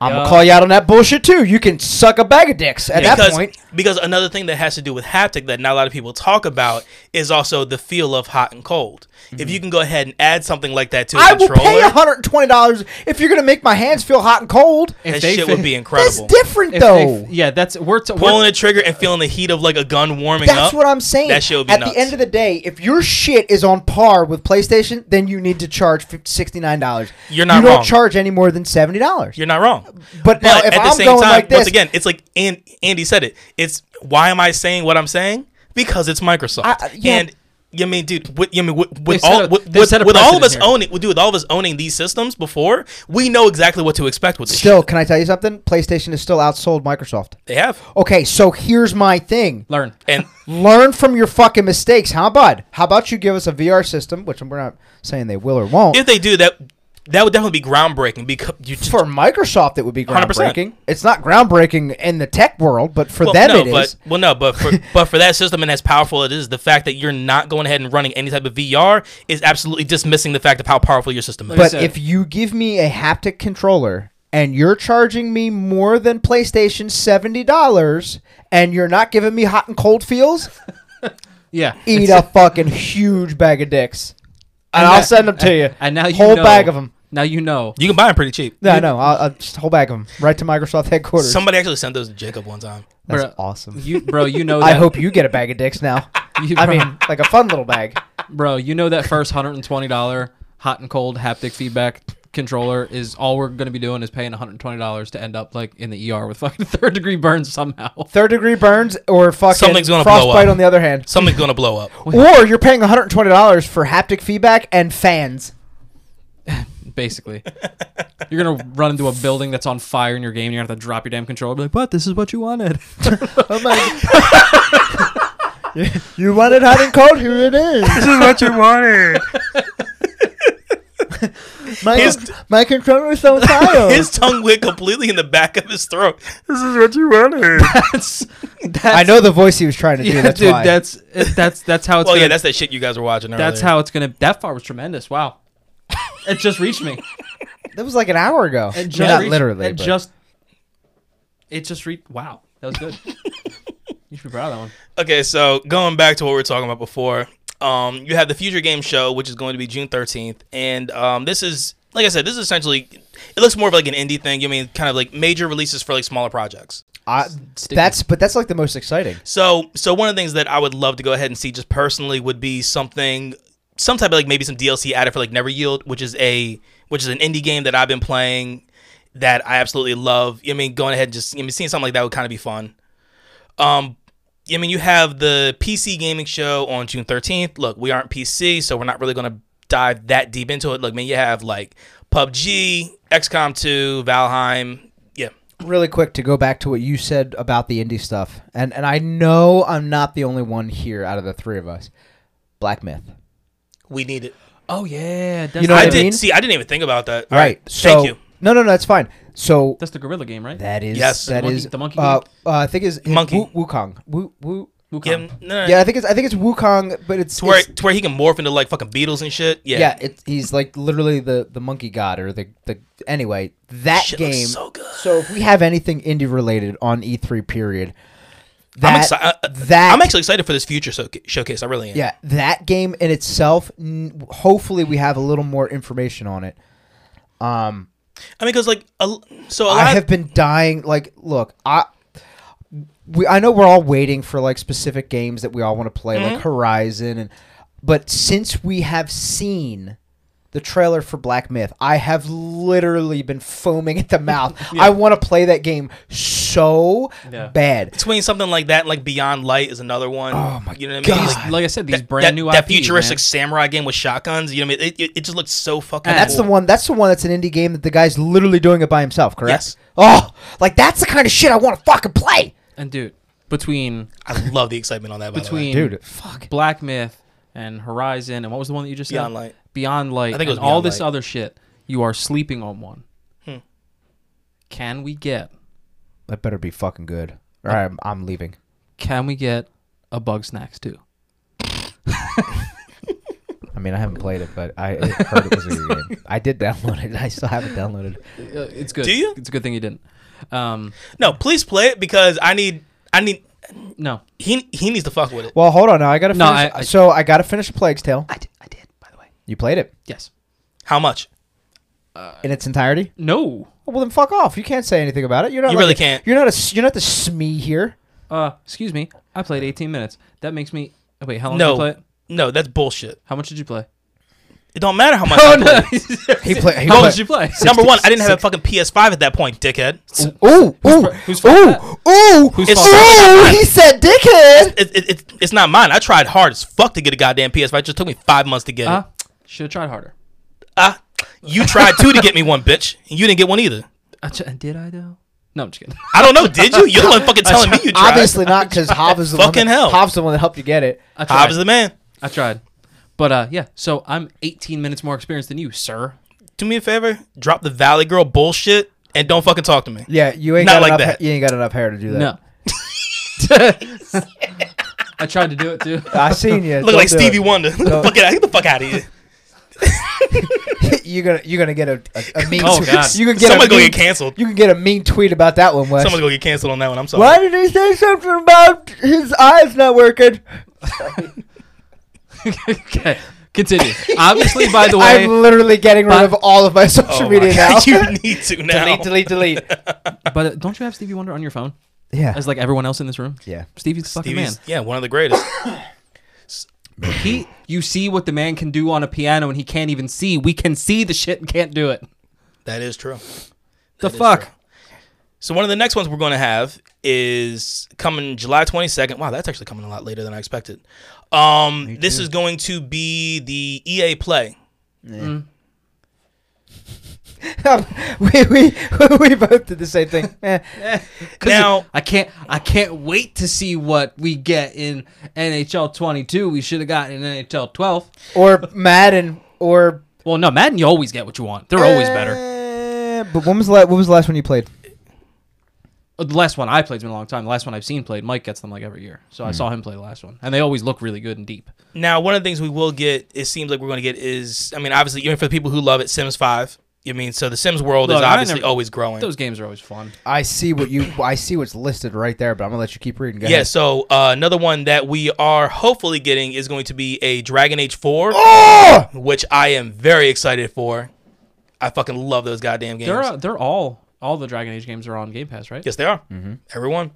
D: I'm
C: Yeah.
D: gonna call you out on that bullshit too. You can suck a bag of dicks at that
B: because,
D: point.
B: because another thing that has to do with haptic that not a lot of people talk about is also the feel of hot and cold. If you can go ahead and add something like that to a
D: Mm-hmm. I will
B: controller,
D: pay 120 dollars if you're gonna make my hands feel hot and cold.
C: If
B: that
C: they
B: shit
C: fi-
B: would be
D: That's
B: incredible.
D: different
C: if they
D: though.
C: f- yeah, that's we're, t-
B: Pulling
C: we're
B: the trigger and feeling the heat of like a gun warming
D: That's
B: up.
D: what I'm saying.
B: That shit would be
D: At
B: nuts.
D: the end of the day, if your shit is on par with PlayStation, then you need to charge sixty nine dollars.
B: You're not
D: You don't
B: wrong.
D: charge any more than seventy dollars.
B: You're not wrong.
D: But now, if
B: at the
D: I'm
B: same
D: going
B: time,
D: like
B: once
D: this-
B: again, it's like and Andy said it. It's why am I saying what I'm saying? Because it's Microsoft.
D: I- I- yeah.
B: And you mean, dude, with, you mean with,
C: They've
B: with
C: set
B: all
C: a-
B: with,
C: they've
B: with,
C: set a
B: with all of us
C: precedent here.
B: owning, with, dude, with all of us owning these systems before, we know exactly what to expect with this.
D: Still, can I tell you something? PlayStation is still outsold Microsoft.
B: shit. they have
D: Okay, so here's my thing.
C: learn.
B: and
D: Learn from your fucking mistakes. How about? How about you give us a VR system, which we're not saying they will or won't.
B: if they do that, that would definitely be groundbreaking because you just,
D: for Microsoft, it would be
B: 100%.
D: groundbreaking. It's not groundbreaking in the tech world, but for
B: well,
D: them,
B: no,
D: it is.
B: but well, no, but for but for that system and as powerful it is, the fact that you're not going ahead and running any type of VR is absolutely dismissing the fact of how powerful your system is.
D: But
C: said.
D: if you give me a haptic controller and you're charging me more than PlayStation seventy dollars, and you're not giving me hot and cold feels,
C: Yeah.
D: eat a fucking huge bag of dicks, and, I'll
C: that-
D: send them to you.
C: And now you
D: whole
C: know-
D: bag of them.
C: Now you know.
B: you can buy them pretty cheap.
D: No, no, I'll, I'll just whole bag of them right to Microsoft headquarters.
B: Somebody actually sent those to Jacob one time.
D: That's
C: Bruh,
D: awesome.
C: You bro, you know that
D: I hope you get a bag of dicks now.
C: you,
D: I
C: bro,
D: mean, like a fun little bag.
C: bro, you know that first $120 hot and cold haptic feedback controller is all we're going to be doing is paying $120 to end up like in the ER with fucking third degree burns somehow.
D: Third degree burns or fucking
B: Something's gonna blow
D: frostbite
B: up.
D: on the other hand.
B: Something's gonna blow up.
D: Or you're paying $120 for haptic feedback and fans.
C: basically. You're gonna run into a building that's on fire in your game. And you're gonna have to drop your damn controller. Be like, "But this is what you wanted."
D: Oh my you wanted hot and cold? Here it is. This is what you wanted. my,
B: His-
D: my controller is so fire.
B: His tongue went completely in the back of his throat.
C: that's, that's
D: I know the voice he was trying to do.
C: yeah,
D: that's
C: dude.
D: why.
C: That's it- that's that's how it's.
B: Well,
C: gonna,
B: yeah, that's that shit you guys were watching. Earlier.
C: that's how it's gonna. That far was tremendous. Wow, it just reached me.
D: that was like an hour ago.
C: It just
D: Not
C: reached-
D: literally.
C: It
D: but-
C: just. It just reached. Wow, that was good. you should be proud of that one.
B: Okay, so going back to what we were talking about before, um, you have the Future Game Show, which is going to be June thirteenth, and um, this is like I said, this is essentially it looks more of like an indie thing. You mean kind of like major releases for like smaller projects.
D: I-
C: Sticky.
D: that's but that's like the most exciting.
B: So, so one of the things that I would love to go ahead and see just personally would be something, some type of like maybe some DLC added for like Never Yield, which is a which is an indie game that I've been playing that I absolutely love. I mean, going ahead and just I mean seeing something like that would kind of be fun. Um, I mean, you have the PC gaming show on June thirteenth. Look, we aren't PC, so we're not really gonna dive that deep into it. Look, I mean, you have like PUBG, XCOM two, Valheim. Yeah,
D: really quick to go back to what you said about the indie stuff, and and I know I'm not the only one here out of the three of us. Black Myth,
B: we need it.
C: Oh yeah, that's
D: You know
B: I
D: what I
B: did
D: mean?
B: see. I didn't even think about that. All
D: right? So
B: thank you.
D: no, no, no, it's fine. So
C: that's the gorilla game, right?
D: that is
B: Yes.
D: that
C: The monkey-
D: is
C: the monkey
D: Uh,
C: game?
D: uh, I think is
B: Monkey.
D: Wu, Wukong. Wu, Wu.
C: Wukong.
B: Yeah, no,
D: Yeah, I think it's I think it's Wukong, but it's,
B: to where
D: it's-
B: to where he can morph into like fucking beetles and shit. Yeah,
D: yeah, it, he's like literally the the monkey god or the the anyway that
B: Shit looks
D: game.
B: so good.
D: So if we have anything indie related on E3 period, that
B: I'm excited.
D: that
B: I'm actually excited for this future so- showcase. I really am.
D: Yeah, that game in itself. N- hopefully, we have a little more information on it. Um,
B: I mean, because like, a, so a
D: I
B: lot.
D: have been dying. Like, look, I we I know we're all waiting for like specific games that we all want to play,
B: Mm-hmm.
D: like Horizon, and but since we have seen the trailer for Black Myth, I have literally been foaming at the mouth. I want to play that game so
C: Yeah.
D: bad.
B: Between something like that, and like Beyond Light is another one.
D: Oh my
B: you know what I
D: God.
B: mean? Like,
C: Like, like I said, these
B: that-
C: brand
B: that,
C: new
B: that
C: IPs,
B: futuristic
C: man.
B: samurai game with shotguns. You know what I mean? It, it, it just looks so fucking.
C: And
D: That's
B: cool.
D: the one. That's the one. That's an indie game that the guy's literally doing it by himself. Correct.
B: Yes.
D: Oh, like that's the kind of shit I want to fucking play,
C: And dude, between
B: I love the excitement on that. By
C: between
B: the way.
D: Oh, dude. Fuck.
C: Black Myth and Horizon, and what was the one that you just said?
B: Beyond Light.
C: Beyond Light.
B: I think it was
C: and all
B: Beyond
C: this
B: Light. Hmm.
C: other shit. You are sleeping on one. Can we get?
D: That better be fucking good. All right, I'm, I'm leaving.
C: Can we get a Bug Snacks too?
D: I mean, I haven't played it, but I I heard it was a good game. I did download it. I still haven't downloaded. it.
C: Uh, it's good.
B: Do you?
C: It's a good thing you didn't. Um,
B: no, please play it because I need. I need.
C: no,
B: He he needs to fuck with it.
D: Well, hold on. Now I gotta.
C: No,
D: finish,
C: I- I-
D: so I gotta finish the Plague's Tale.
C: I did. I did. By the way,
D: You played it
C: yes.
B: How much?
D: in its entirety.
C: No.
D: Well, then fuck off. You can't say anything about it. You're not.
B: You
D: like
B: really
D: a-
B: can't.
D: You're not a. s- You're not the SME here.
C: Uh, excuse me. I played 18 minutes. That makes me. oh, Wait, how long did you play?
B: No,
C: it?
B: no, that's bullshit.
C: How much did you play?
B: It don't matter how much.
D: Oh,
B: I played.
D: He played. He played.
C: how much did you play?
B: Number one, I didn't have a fucking PS5 at that point, dickhead.
D: Ooh, ooh,
C: whose
D: ooh,
C: fault is
D: ooh,
C: Whose
B: It's-
D: ooh, he said dickhead.
B: It, it, it, it's not mine. I tried hard as fuck to get a goddamn PS5. It just took me five months to get
C: Uh,
D: Uh-huh.
B: it.
C: should have tried harder.
B: Ah, you tried two to get me one, bitch. And you didn't get one either.
C: I ch- did I though? No, I'm just kidding.
B: I don't know. Did you? You're the one fucking telling me you tried.
D: Obviously not, because Hob is the one
B: Fucking
D: that-
B: hell.
D: Hob's the one that helped you get it.
C: I tried.
B: Hobbs is the man.
C: I tried. But uh, yeah. So I'm 18 minutes more experienced than you, sir.
B: Do me a favor. Drop the Valley Girl bullshit and don't fucking talk to me.
D: Yeah, you ain't
B: Not
D: got
B: like
D: enough.
B: that.
D: You ain't got enough hair to do that.
C: No. I tried to do it too.
D: I seen you.
B: Look
D: Don't
B: like
D: do
B: Stevie
D: it.
B: Wonder. fuck it. Get the fuck out of here.
D: you're gonna you're gonna get a, a, a mean.
C: Oh,
D: tweet.
C: God.
D: You can get a
B: Someone's
D: mean,
B: gonna get canceled.
D: You can get a mean tweet about that one, Wes.
B: Someone's gonna get canceled on that one. I'm sorry.
D: Why did he say something about his eyes not working?
C: okay. Continue. Obviously, by the way,
D: I'm literally getting rid
C: But-
D: of all of my social
B: Oh my
D: media now.
B: God, you need to now.
D: delete, delete, delete.
C: but uh, don't you have Stevie Wonder on your phone?
D: yeah,
C: As like everyone else in this room,
D: yeah.
C: Stevie's the fucking man.
B: Stevie's- Yeah, one of the greatest.
C: He, you see what the man can do on a piano, and he can't even see. We can see the shit and can't do it.
B: that is true.
C: The
B: is
C: fuck.
B: true. So one of the next ones we're going to have is coming July 22nd. Wow, that's actually coming a lot later than I expected. Um, this is going to be the EA Play.
D: we, we we both did the same thing. Eh.
C: 'Cause
B: Now-
C: I can't. I can't wait to see what we get in NHL 22. We should have gotten in NHL 12.
D: or Madden or
C: Well, no, Madden, you always get what you want. They're always better.
D: Eh, But when was the la- what was the last one you played?
C: Uh, The last one I played's been a long time. The last one I've seen played, Mike gets them like every year.
B: Hmm.
C: So I saw him play the last one, and they always look really good and deep.
B: Now, one of the things we will get, it seems like we're going to get is, I mean, obviously, you know, for the people who love it, Sims 5. You mean, so the Sims world
C: Look,
B: is
C: I
B: obviously
C: never-
B: always growing.
C: Those games are always fun.
D: I see what you I see what's listed right there, but I'm gonna let you keep reading. Go
B: Yeah, so uh, another one that we are hopefully getting is going to be a Dragon Age 4,
C: Oh!
D: ahead.
B: which I am very excited for. I fucking love those goddamn games.
C: They're uh, they're all all the Dragon Age games are on Game Pass, right?
B: Yes, they are. Everyone.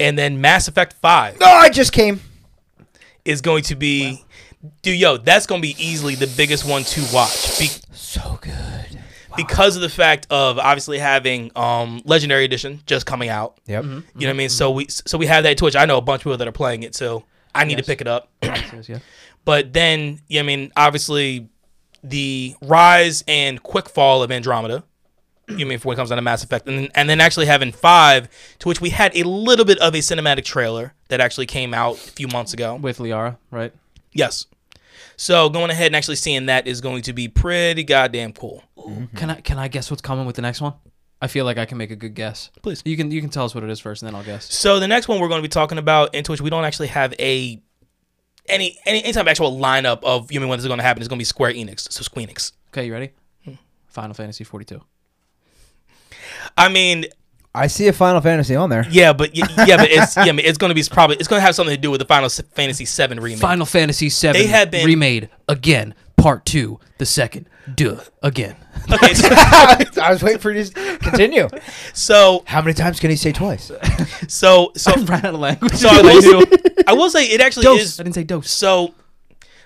B: And then Mass Effect 5
D: No, I just came.
B: is going to be, dude, yo, that's going to be easily the biggest one to watch be-
D: So good.
B: because of the fact of obviously having um, Legendary Edition just coming out.
D: Yep.
C: Mm-hmm.
B: You know what I mean? So we so we have that Twitch. I know a bunch of people that are playing it, so I need
C: Yes.
B: to pick it up.
C: Yes, yeah.
B: But then, you know what I mean, obviously the rise and quick fall of Andromeda. You mean for when it comes down to Mass Effect, and then, and then actually having five, to which we had a little bit of a cinematic trailer that actually came out a few months ago.
C: With Liara, right?
B: Yes, so going ahead and actually seeing that is going to be pretty goddamn cool.
C: Can I can I guess what's coming with the next one? I feel like I can make a good guess.
B: Please.
C: you can you can tell us what it is first, and then I'll guess.
B: So the next one we're going to be talking about, into which we don't actually have a any any any type of actual lineup of you mean when this is going to happen is going to be Square Enix, so Squeenix.
C: Okay, you ready?
B: Hmm.
C: Final Fantasy 42.
B: I mean,
D: I see a Final Fantasy on there.
B: Yeah, but y- yeah, but it's yeah, I mean, it's gonna be probably it's gonna have something to do with the Final S- Fantasy VII remake.
C: Final Fantasy 7
B: They had been-
C: remade again Part two, the second. Duh. Again.
B: Okay, so,
D: I was waiting for you to continue.
B: so
D: How many times can he say twice?
B: so so
C: ran out of language.
B: So I will, I will say it actually
C: Dose.
B: Oh. is.
C: I didn't say dose.
B: So,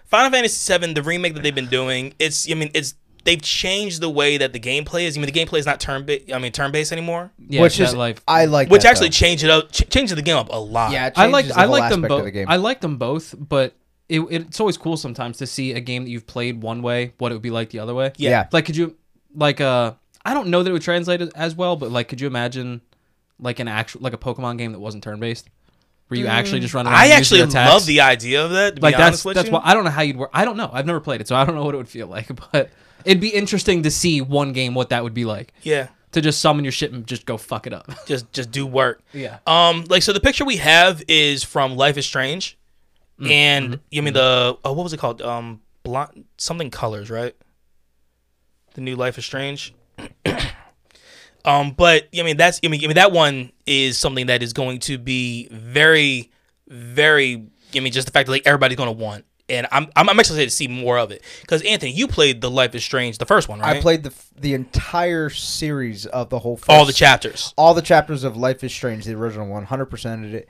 B: Final Fantasy VII, the remake that they've been doing, it's I mean it's they've changed the way that the gameplay is. I mean the gameplay is not turn ba- I mean turn based anymore,
C: Yeah,
D: which
C: Dead
D: is
C: life.
D: I like.
B: which
D: that,
B: actually
D: though.
B: changed it up, ch- changed the game up a lot.
D: yeah, it
C: I like
D: changes the
C: I
D: whole
C: like them
D: aspect of
C: both.
D: the game.
C: I like them both, but it, it's always cool sometimes to see a game that you've played one way, what it would be like the other way.
B: Yeah.
D: Yeah.
C: Like, could you like uh? I don't know that it would translate it as well, but like, could you imagine like an actual like a Pokemon game that wasn't turn based, where you actually just run around?
B: Mm, I
C: and use
B: actually
C: your attacks?
B: love the idea of that. To
C: like
B: be
C: that's
B: honest with
C: that's
B: you.
C: why I don't know how you'd work. I don't know. I've never played it, so I don't know what it would feel like. But it'd be interesting to see one game what that would be like
B: yeah,
C: to just summon your shit and just go fuck it up.
B: just just do work.
C: Yeah.
B: Um, like so the picture we have is from Life is Strange,
D: Mm.
B: and
D: Mm-hmm.
B: you mean the oh, what was it called? Um, blonde something colors, right? The new Life is Strange. um, but I mean that's I mean, I mean that one is something that is going to be very, very. I mean just the fact that like everybody's going to want, and I'm I'm, I'm excited to see more of it because Anthony, you played the Life is Strange, the first one, right?
D: I played the f- the entire series of the whole. First,
B: all the chapters.
D: all the chapters of Life is Strange, the original one, hundred percent of it.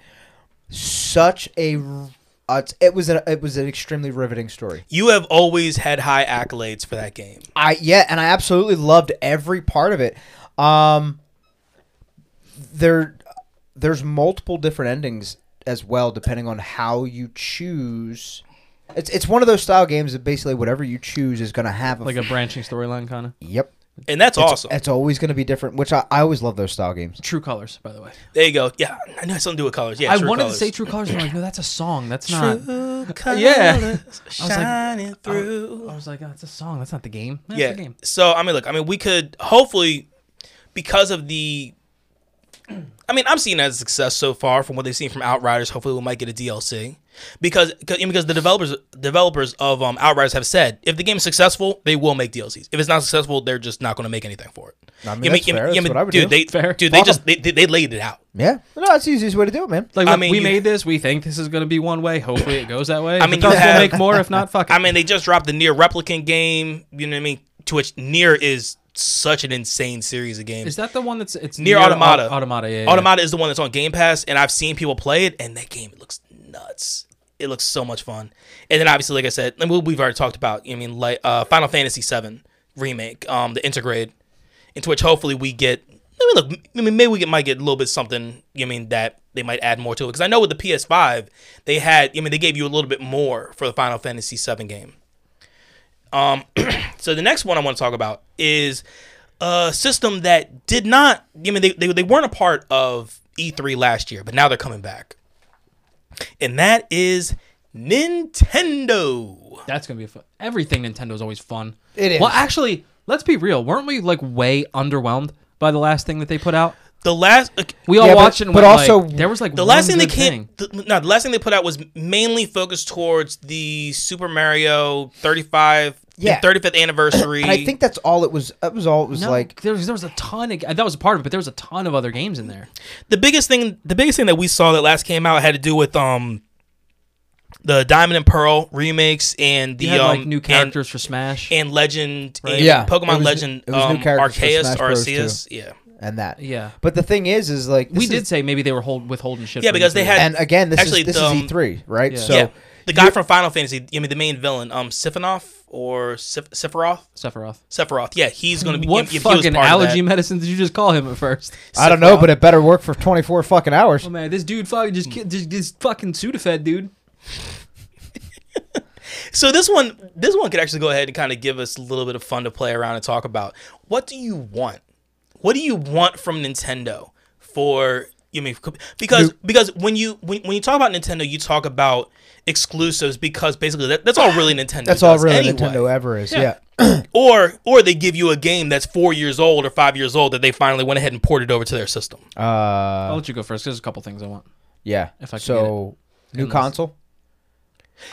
D: Such a, r- uh, it's- it was a, it was an extremely riveting story.
B: You have always had high accolades for that game.
D: I yeah, and I absolutely loved every part of it. Um, there, there's multiple different endings as well, depending on how you choose. It's it's one of those style games that basically whatever you choose is going to have a
C: like a branching storyline kind of.
D: yep.
B: And that's awesome.
D: It's always going to be different, which I, I always love those style games.
C: True colors, by the way.
B: There you go. Yeah, I know it's something to do with colors. Yeah,
C: I
B: True
C: wanted
B: Colors.
C: to say true colors, and I'm like, no, that's a song. That's not.
B: True
C: Yeah.
B: colors
C: I was like,
B: shining through.
C: I was like, oh, that's a song. That's not the game. That's
B: yeah.
C: the game.
B: So I mean, look, I mean, we could hopefully because of the. I mean, I'm seeing it as a success so far from what they've seen from Outriders. Hopefully, we might get a DLC because cause, because the developers developers of um, Outriders have said if the game is successful, they will make DLCs. If it's not successful, they're just not going to make anything for it.
D: I mean,
B: You
D: that's fair.
B: you
D: That's what I would
B: dude,
D: do.
B: they
C: Fair.
B: dude, they
C: Fuck 'em.
B: just they, they, they laid it out.
D: Yeah, no, that's the easiest way to do it, man.
C: Like,
B: I
C: look,
B: mean,
C: we
B: you-
C: made this. We think this is going to be one way. Hopefully, it goes that way. I
B: mean,
C: mean,
B: you
C: we'll
B: have-
C: make more. If not, fuck it.
B: I mean, they just dropped the near replicant game. You know what I mean? To which near is such an insane series of games.
C: is that the one that's it's
B: near Automata?
C: Au- Automata. Yeah. yeah.
B: Automata is the one that's on Game Pass, and I've seen people play it, and that game looks nuts. It looks so much fun. And then obviously, like I said, and we- we've already talked about. You know what I mean, like uh, Final Fantasy VII remake, um, the Intergrade, into which hopefully we get. I mean, look, I mean, maybe we get, might get a little bit something. You know what I mean that they might add more to it because I know with the PS5 they had. I mean, they gave you a little bit more for the Final Fantasy VII game. So the next one I want to talk about is a system that did not. I mean, they, they, they weren't a part of E3 last year, but now they're coming back, and that is Nintendo.
C: That's gonna be fun. Everything Nintendo's always fun.
D: It is.
C: Well, actually, let's be real. Weren't we like way underwhelmed by the last thing that they put out?
B: The last
C: We all
D: Yeah, but-
C: watched it. And
D: but
C: went,
D: also-
C: like, there was like
B: the last thing
C: one
B: they
C: good
B: came, the, no, the last thing they put out was mainly focused towards the Super Mario 35,
D: Yeah.
B: 35th anniversary.
D: And I think that's all it was. That was all it was
C: No,
D: like.
C: there was there was a ton of that was a part of it, but there was a ton of other games in there.
B: the biggest thing the biggest thing that we saw that last came out had to do with um the Diamond and Pearl remakes and the
C: You had
B: um
C: like new
B: and-
C: characters for Smash.
B: and, Legend and
D: Yeah.
B: Pokemon
D: It was-
B: Legend
D: it was new
B: um,
D: characters for
B: Arceus
D: Smash
B: or
D: Bros.
B: Arceus yeah
D: and that.
C: Yeah.
D: But the thing is, is like
C: we
D: this
C: did
D: is-
C: say maybe they were hold, withholding shit.
B: Yeah,
C: for
B: because they
C: Nintendo.
B: had-
D: and again, this
B: Actually,
D: is this
B: the, um,
D: is E three, right?
C: yeah.
D: So
B: yeah the guy from Final Fantasy I mean the main villain um Siphanoff or Sif- Sephiroth
C: Sephiroth.
B: Sephiroth yeah he's gonna be
C: What
B: if, if he was
C: fucking
B: part
C: allergy
B: of
C: medicine did you just call him at first?
D: I don't know, but it better work for twenty four fucking hours.
C: Oh man, this dude fucking just ki- just, just fucking Sudafed, dude.
B: that. so this one this one could actually go ahead and kind of give us a little bit of fun to play around and talk about what do you want what do you want from Nintendo for you mean because because when you when, when you talk about Nintendo you talk about exclusives because basically that, that's all really Nintendo
D: That's all
B: does
D: really
B: anyway.
D: Nintendo eh? ever is. Yeah.
B: or or they give you a game that's 4 years old or 5 years old that they finally went ahead and ported over to their system
D: Uh,
C: I'll let you go first. 'cause There's a couple things I want.
D: yeah.
C: If I can
D: so new console.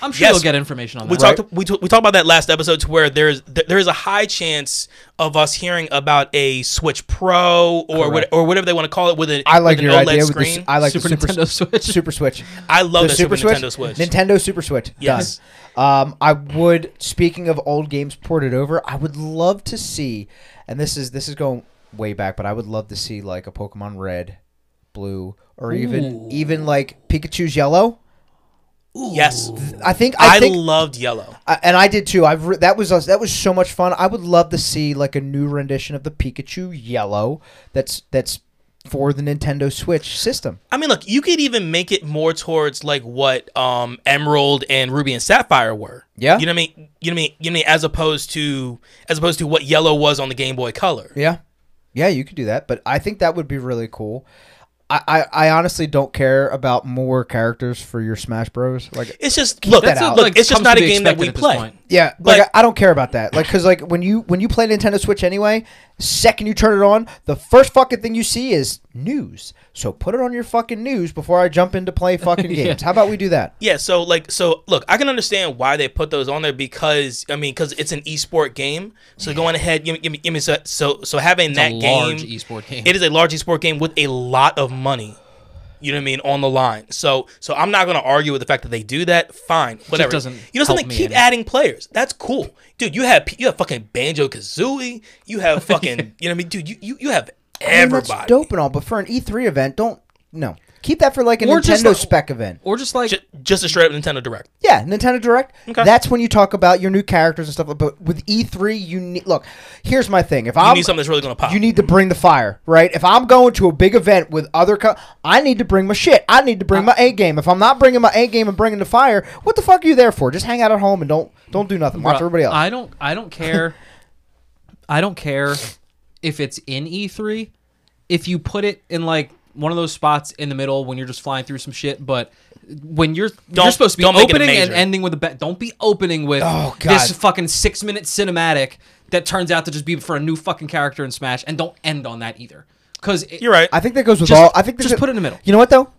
C: I'm sure
B: Yes.
C: they'll get information on that.
B: We
C: right?
B: talked we, t- we talked about that last episode to where there's th- there is a high chance of us hearing about a Switch Pro or what,
C: Correct.
B: or whatever they want to call it with an
D: I like
B: with
D: your
B: an OLED
D: idea with
B: screen.
D: the, I like
C: Super
D: the Super
C: Nintendo Switch.
D: Super Switch.
B: I love
D: the
B: that
D: Super,
B: Super,
D: Switch,
B: Nintendo Switch.
D: Nintendo Super Switch.
B: Yes.
D: Done. Um, I would. Speaking of old games ported over, I would love to see, and this is this is going way back, but I would love to see like a Pokemon Red, Blue, or even even like Pikachu's Yellow.
B: yes,
D: I think I,
B: I,
D: think,
B: loved Yellow.
D: I- and I did too. I've re- that was us. That was so much fun. I would love to see like a new rendition of the Pikachu Yellow. That's that's for the Nintendo Switch system.
B: I mean, look, you could even make it more towards like what um Emerald and Ruby and Sapphire were.
D: Yeah.
B: You know what I mean? You know what I mean? You know what I mean? As opposed to as opposed to what Yellow was on the Game Boy Color.
D: Yeah, yeah, you could do that. But I think that would be really cool. I, I, I honestly don't care about more characters for your Smash Bros. Like,
B: It's just look,
D: that out.
B: look, it's just
C: comes
B: not
C: to
B: a
C: be
B: game that
C: expected
B: we
C: at this
B: play.
C: point.
D: yeah, like
B: But-
D: I, I don't care about that. Like, cause like when you when you play Nintendo Switch anyway, second you turn it on, the first fucking thing you see is news. So put it on your fucking news before I jump into play fucking games. How about we do that?
B: Yeah, so like so look, I can understand why they put those on there because I mean because it's an esport game. So going ahead, give me, give me, give me so, so so having that
C: a large
B: game,
C: esport game.
B: it is a large esport game with a lot of money. You know what I mean on the line. So so I'm not gonna argue with the fact that they do that. Fine, whatever.
C: doesn't
B: you know
C: help
B: something?
C: me
B: Keep
C: any.
B: adding players. That's cool, dude. You have you have fucking Banjo Kazooie. You have fucking you know what I mean, dude. You you, you have
D: I mean,
B: everybody.
D: that's dope and all, but for an E3 event, don't no keep that for like a
C: Or just
D: Nintendo
C: like-
D: spec event.
C: or just like
B: Ju- Just a straight up Nintendo Direct.
D: Yeah, Nintendo Direct.
B: Okay.
D: That's when you talk about your new characters and stuff. But with E3, you need look. Here's my thing: if
B: You
D: I'm
B: need something that's really gonna pop.
D: you need to bring the fire, right? If I'm going to a big event with other, co- I need to bring my shit. I need to bring my A game. If I'm not bringing my A game and bringing the fire, what the fuck are you there for? Just hang out at home and don't don't do nothing. Watch
C: Bruh,
D: everybody else.
C: I don't I don't care. I don't care if it's in E3. If you put it in like one of those spots in the middle when you're just flying through some shit, but when you're you're
B: Don't-
C: supposed to be
B: don't make it a
C: opening and
B: major.
C: ending with a bet, don't be opening with
D: Oh, God.
C: this fucking six minute cinematic that turns out to just be for a new fucking character in Smash, and don't end on that either. Because
B: You're right.
D: I think that goes with
C: Just-
D: all. I think that
C: just
D: go-
C: put it in the middle.
D: You know what though?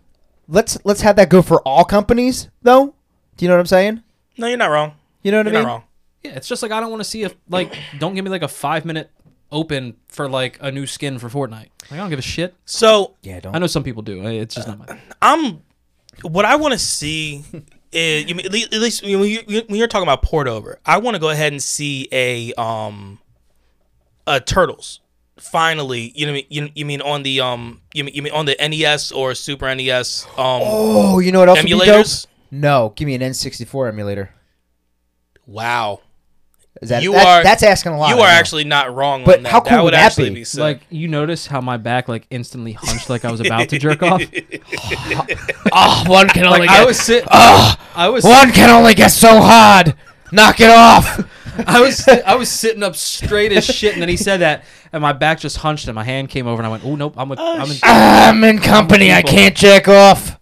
D: Let's let's have that go for all companies though. Do you know what I'm saying?
B: no, you're not wrong.
D: You know what
B: You're
D: I mean?
B: not wrong.
C: Yeah, it's just like I don't want to see if like don't give me like a five minute open for like a new skin for Fortnite. Like I don't give a shit.
B: So
D: Yeah, don't.
C: I know some people do. It's just not my.
B: I'm what I want to see is you mean, at least, at least when, you, when you're talking about port over, I want to go ahead and see a um a turtles finally. You know what I mean? You, you mean on the um you mean, you mean on the NES or Super NES um
D: Oh, you know what else would be dope?
B: emulators?
D: No, give me an N64 emulator.
B: Wow,
D: Is that
B: you
D: that's,
B: are
D: that's asking a lot?
B: You
D: I
B: are
D: know.
B: actually not wrong.
D: But
B: on that.
D: how cool
B: that
D: would
B: would
D: that
B: actually
D: be?
B: be? sick.
C: Like you notice how my back like instantly hunched like I was about to jerk off.
D: Oh, one can only
C: Like
D: get
C: I was sit.
D: Ah,
C: I was
D: one can only get so hard. Knock it off.
C: I was I was sitting up straight as shit, and then he said that, and my back just hunched, and my hand came over, and I went, "Oh nope, I'm with I'm in."
D: I'm in company. I can't jack off.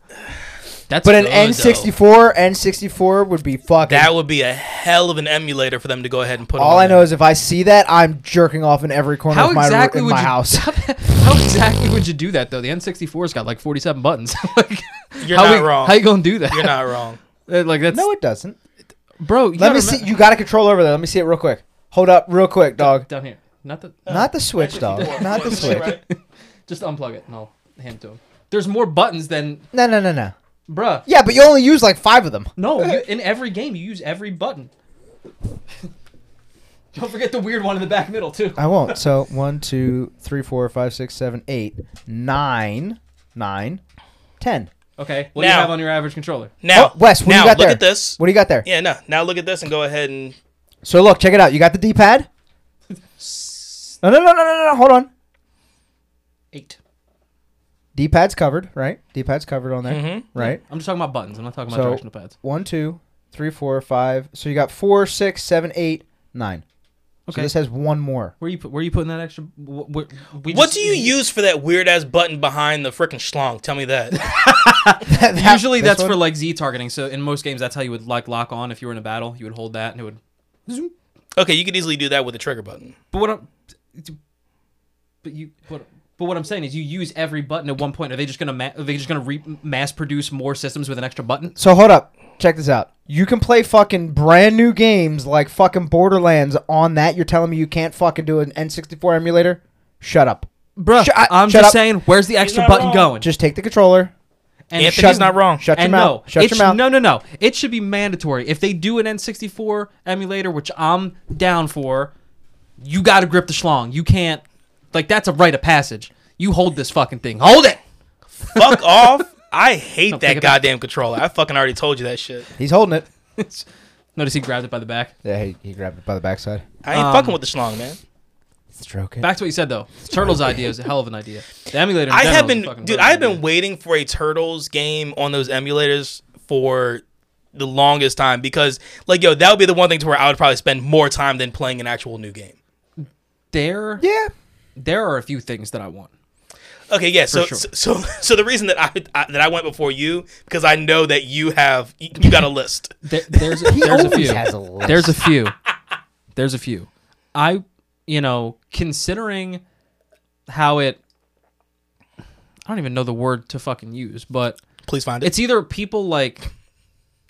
C: That's
D: But an
C: good, though.
D: N64, N64 would be fucking.
B: that would be a hell of an emulator for them to go ahead and put.
D: all
B: on
D: I know
B: there.
D: is if I see that, I'm jerking off in every corner
C: How
D: of my,
C: exactly
D: in
C: would
D: my
C: you?
D: house.
C: How exactly would you do that though? The N64's got like 47 buttons. like,
B: You're
C: how
B: not
C: we-
B: wrong.
C: How you gonna do that?
B: you're not wrong.
C: Uh, Like that's
D: no, it doesn't.
C: bro. You
D: Let me see. You got a controller over there. Let me see it real quick. Hold up, real quick, dog.
C: down here. Not the
D: Not the Switch, dog. Not the Switch.
C: just unplug it and I'll hand it to him. There's more buttons than
D: No, no, no, no.
C: bruh.
D: Yeah, but you only use like five of them.
C: No, you, in every game you use every button. Don't forget the weird one in the back middle too.
D: I won't. So one, two, three, four, five, six, seven, eight, nine, nine, ten.
C: Okay, what do
B: Now-
C: you have on your average controller?
B: Now,
D: oh, Wes, what
B: now
D: do you got
B: look
D: there?
B: at this.
D: What do you got there?
B: Yeah, no. Now look at this and go ahead and
D: So look, check it out. You got the D-pad. No, no, no, no, no, no. Hold on.
C: Eight.
D: D-pad's covered, right? D-pad's covered on there,
C: Mm-hmm.
D: right?
C: I'm just talking about buttons. I'm not talking about
D: So
C: directional pads.
D: one, two, three, four, five. So you got four, six, seven, eight, nine. So
C: Okay.
D: this has one more.
C: where you put, where you putting that extra? Wh- wh- we
B: What
C: just-
B: do you use for that weird ass button behind the frickin' schlong? Tell me that.
D: That-
C: Usually
D: this
C: that's
D: one?
C: for like Z targeting. So in most games, that's how you would like lock on if you were in a battle. You would hold that and it would. Zoom.
B: okay, you could easily do that with the trigger button.
C: But what I'm, but you what. But what I'm saying is, you use every button at one point. Are they just gonna ma- are they just gonna re- mass produce more systems with an extra button?
D: So hold up. check this out. You can play fucking brand new games like fucking Borderlands on that. You're telling me you can't fucking do an N64 emulator? Shut up.
C: Bruh,
D: Shut- I-
C: I'm
D: shut
C: just
D: up.
C: saying, where's the extra
B: not
C: button
B: wrong.
C: going?
D: Just take the controller.
C: and
B: Anthony's
C: shut-
B: not wrong.
D: Shut your
C: and
D: mouth.
C: No,
D: Shut
C: it
D: your
C: sh-
D: mouth.
C: No, no, no. It should be mandatory. If they do an N64 emulator, which I'm down for, you got to grip the schlong. You can't. Like that's a rite of passage. You hold this fucking thing. Hold it.
B: Fuck off. I hate
C: take
B: that
C: it back.
B: goddamn controller. I fucking already told you that shit.
D: He's holding it.
C: It's- Notice he grabbed it by the back.
D: Yeah, he, he grabbed it by the backside.
B: I ain't
C: Um,
B: fucking with the schlong, man.
D: Stroke it.
C: Back to what you said though. Turtles idea is a hell of an idea. The emulator. in
B: I
C: general
B: have
C: is a
B: been,
C: fucking
B: dude.
C: brilliant
B: I have been
C: idea.
B: waiting for a Turtles game on those emulators for the longest time because, like, yo, that would be the one thing to where I would probably spend more time than playing an actual new game.
C: There,
D: yeah.
C: there are a few things that I want.
B: Okay, yeah. So,
C: sure.
B: so, so, so the reason that I, I that I went before you because I know that you have you you got a list.
C: There, there's a,
D: He
C: there's a
D: always
C: few.
D: has a list.
C: There's a few. There's a few. I, you know, considering how it, I don't even know the word to fucking use, but
B: Please find it.
C: it's either people like,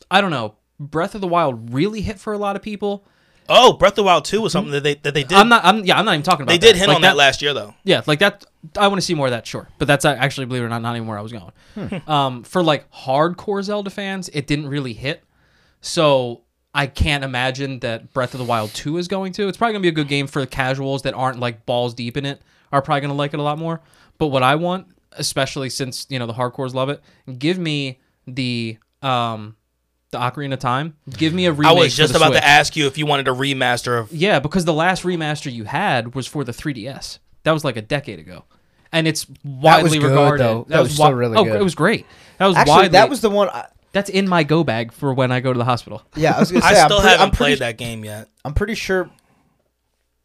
C: I don't know, Breath of the Wild really hit for a lot of people.
B: oh, Breath of the Wild Two was something that they that they did.
C: Hmm? I'm not, I'm yeah, I'm not even talking about.
B: they did
C: that.
B: hint
C: Like,
B: on that, last year though.
C: yeah, like that. I want to see more of that, sure. But that's a- actually, believe it or not, not even where I was going. Um, for like hardcore Zelda fans, it didn't really hit. So I can't imagine that Breath of the Wild 2 is going to. It's probably going to be a good game for the casuals that aren't like balls deep in it, are probably going to like it a lot more. But what I want, especially since, you know, the hardcores love it, give me the. um the Ocarina of Time. Give me a remake.
B: I was just
C: for the
B: about
C: Switch.
B: to ask you if you wanted a remaster of.
C: Yeah, because the last remaster you had was for the 3DS. That was like a decade ago, and it's widely
D: good,
C: regarded.
D: though. That was
C: wi-
D: still really
C: oh,
D: good.
C: it was great. That was
D: Actually,
C: widely.
D: that was the one. I,
C: that's in my go bag for when I go to the hospital.
D: yeah, I was gonna say.
B: I
D: I'm
B: still
D: pretty-
B: haven't
D: I'm pretty
B: played that game yet.
D: I'm pretty sure.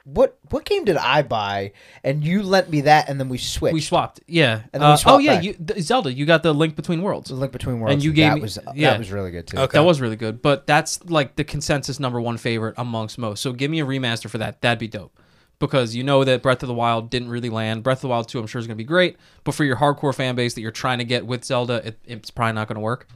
D: What what game did I buy? And you lent me that, and then we switched.
C: We swapped. Yeah.
D: And then we
C: Uh, oh
D: swapped
C: yeah,
D: back.
C: you, th- Zelda. You got the Link Between Worlds.
D: the Link Between Worlds.
C: And you
D: that
C: gave-
D: was
C: yeah.
D: that was really good too.
B: Okay.
C: That was really good, but that's like the consensus number one favorite amongst most. So give me a remaster for that. That'd be dope. Because you know that Breath of the Wild didn't really land. Breath of the Wild 2, I'm sure, is going to be great. But for your hardcore fan base that you're trying to get with Zelda, it, it's probably not going to work.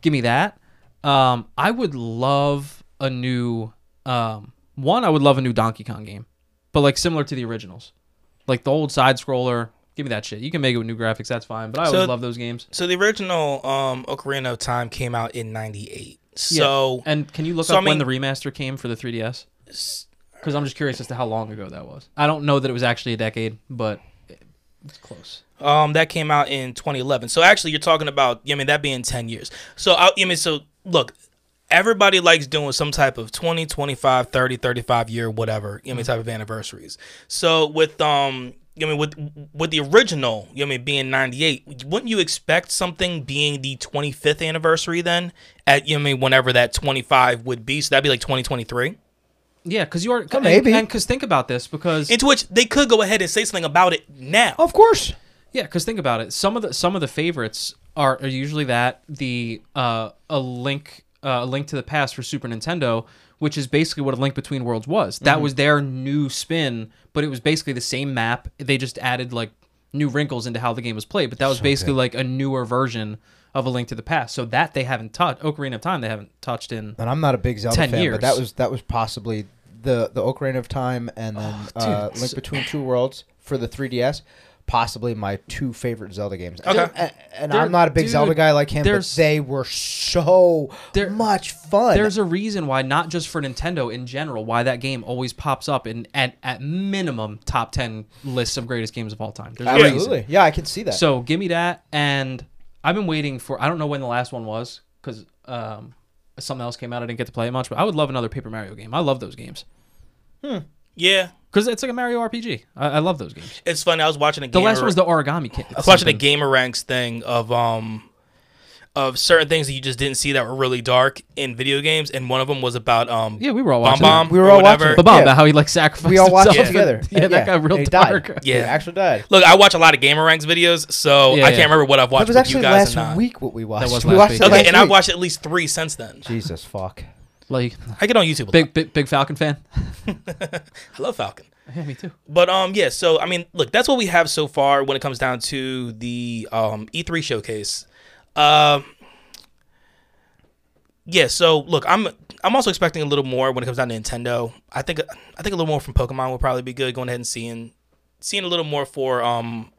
C: Give me that. Um, I would love a new. Um, one, I would love a new Donkey Kong game, but like similar to the originals. Like the old side scroller. Give me that shit. You can make it with new graphics. That's fine. But I
B: So-
C: always love those games.
B: So the original um, Ocarina of Time came out in '98. So
C: and can you look
B: so,
C: up
B: I
C: when the
B: mean-
C: remaster came for the 3DS? Because I'm just curious as to how long ago that was. I don't know that it was actually a decade, but it's close.
B: Um, that came out in 2011. So actually, you're talking about, I mean, that being 10 years. So I, I mean, so look, everybody likes doing some type of 20, 25, 30, 35 year, whatever, you know, type of anniversaries. So with um. I mean, with with the original, you know, I mean, being ninety eight, wouldn't you expect something being the twenty fifth anniversary then? At you know, I mean, whenever that twenty five would be, so that'd be like twenty twenty three.
C: Yeah, because you are and-
D: maybe.
C: and because think about this because
B: Into which they could go ahead and say something about it now.
C: Oh.
D: Of course.
C: yeah, because think about it. Some of the some of the favorites are, are usually that the uh, a link uh, a link to the past for Super Nintendo, which is basically what a Link Between Worlds was. That was their new spin, but it was basically the same map. They just added like new wrinkles into how the game was played, but that was basically like a newer version of a Link to the Past. So that they haven't touched. Ocarina of Time they haven't touched in.
D: And I'm not a big Zelda
C: 10
D: fan,
C: years.
D: but that was that was possibly the the Ocarina of Time
C: Oh,
D: and then uh, Link Between Two Worlds for the 3DS. Possibly my two favorite Zelda games. Okay. And, and
C: There-
D: I'm not a big
C: dude,
D: Zelda guy like him, but
C: there's-
D: they were so
C: There-
D: much fun.
C: There's a reason why, not just for Nintendo in general, why that game always pops up in at, at minimum top ten lists of greatest games of all time. There's a reason.
D: Absolutely. Yeah, I can see that.
C: So give me that, and I've been waiting for. I don't know when the last one was because um, something else came out. I didn't get to play it much, but I would love another Paper Mario game. I love those games
B: Yeah,
C: because it's like a Mario RPG. I, I love those games.
B: it's funny. I was watching a
C: The
B: game
C: last
B: or-
C: one was the Origami Kid.
B: I was watching a gamer ranks thing of um of certain things that you just didn't see that were really dark in video games, and one of them was about um
C: Yeah, we were all
B: bomb
C: watching.
B: bomb.
C: Bomb.
D: We were
B: or
D: all
B: whatever.
D: watching it.
C: Bomb
D: Yeah.
C: about how he like sacrificed.
D: we all watched it
B: Yeah.
C: himself.
D: together.
C: Yeah, that got real
D: and he
C: dark.
D: Died.
B: Yeah.
D: He actually died.
B: Look, I watch a lot of gamer ranks videos, so
C: Yeah,
B: I
C: yeah.
B: can't remember what I've watched.
D: That was
B: but
D: actually
B: you guys
D: last
B: have not.
D: week what we watched.
C: was
D: we
C: last
D: watched
C: week.
D: it
B: Okay,
D: last
B: and I've
D: week.
B: watched at least three since then.
D: Jesus fuck.
C: Like
B: I get on YouTube. A lot.
C: big, big, big Falcon fan.
B: I love Falcon.
C: yeah, me too.
B: But um, yeah. So I mean, look, that's what we have so far when it comes down E to the um E3 showcase. Um, yeah, so look, I'm I'm also expecting a little more when it comes down to Nintendo. I think I think a little more from Pokemon would probably be good. Going ahead and seeing seeing a little more for um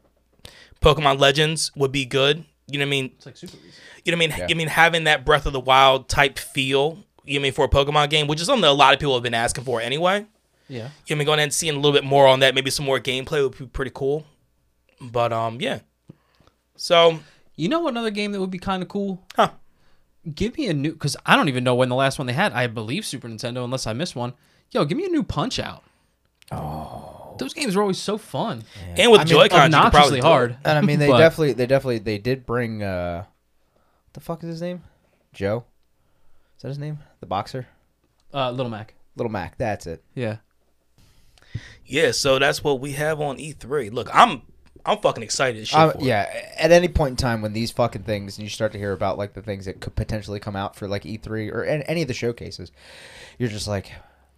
B: Pokemon Legends would be good. You know what I mean?
C: It's like Super Beast.
B: You know what I mean? You mean having that Breath of the Wild type feel, you know what I mean, for a Pokemon game, which is something that a lot of people have been asking for anyway.
C: Yeah.
B: You know what I mean? Going ahead and seeing a little bit more on that, maybe some more gameplay would be pretty cool. But um yeah. So
C: You know another game that would be kind of cool?
B: Huh.
C: Give me a new because I don't even know when the last one they had. I believe Super Nintendo, unless I missed one. Yo, give me a new Punch Out. Oh. Those games were always so fun.
B: and with
D: I mean,
B: Joy-Con, you could probably
C: Obnoxiously
B: do it.
C: hard.
D: And I mean, they
C: But-
D: definitely, they definitely, they did bring. uh The fuck is his name? Joe. Is that his name? The boxer,
C: Uh, Little Mac.
D: Little Mac. That's it.
C: Yeah.
B: Yeah, so that's what we have on E3. Look, I'm I'm fucking excited as shit.
D: Um,
B: for it.
D: yeah. At any point in time, when these fucking things, and you start to hear about like the things that could potentially come out for like E3 or an- any of the showcases, you're just like,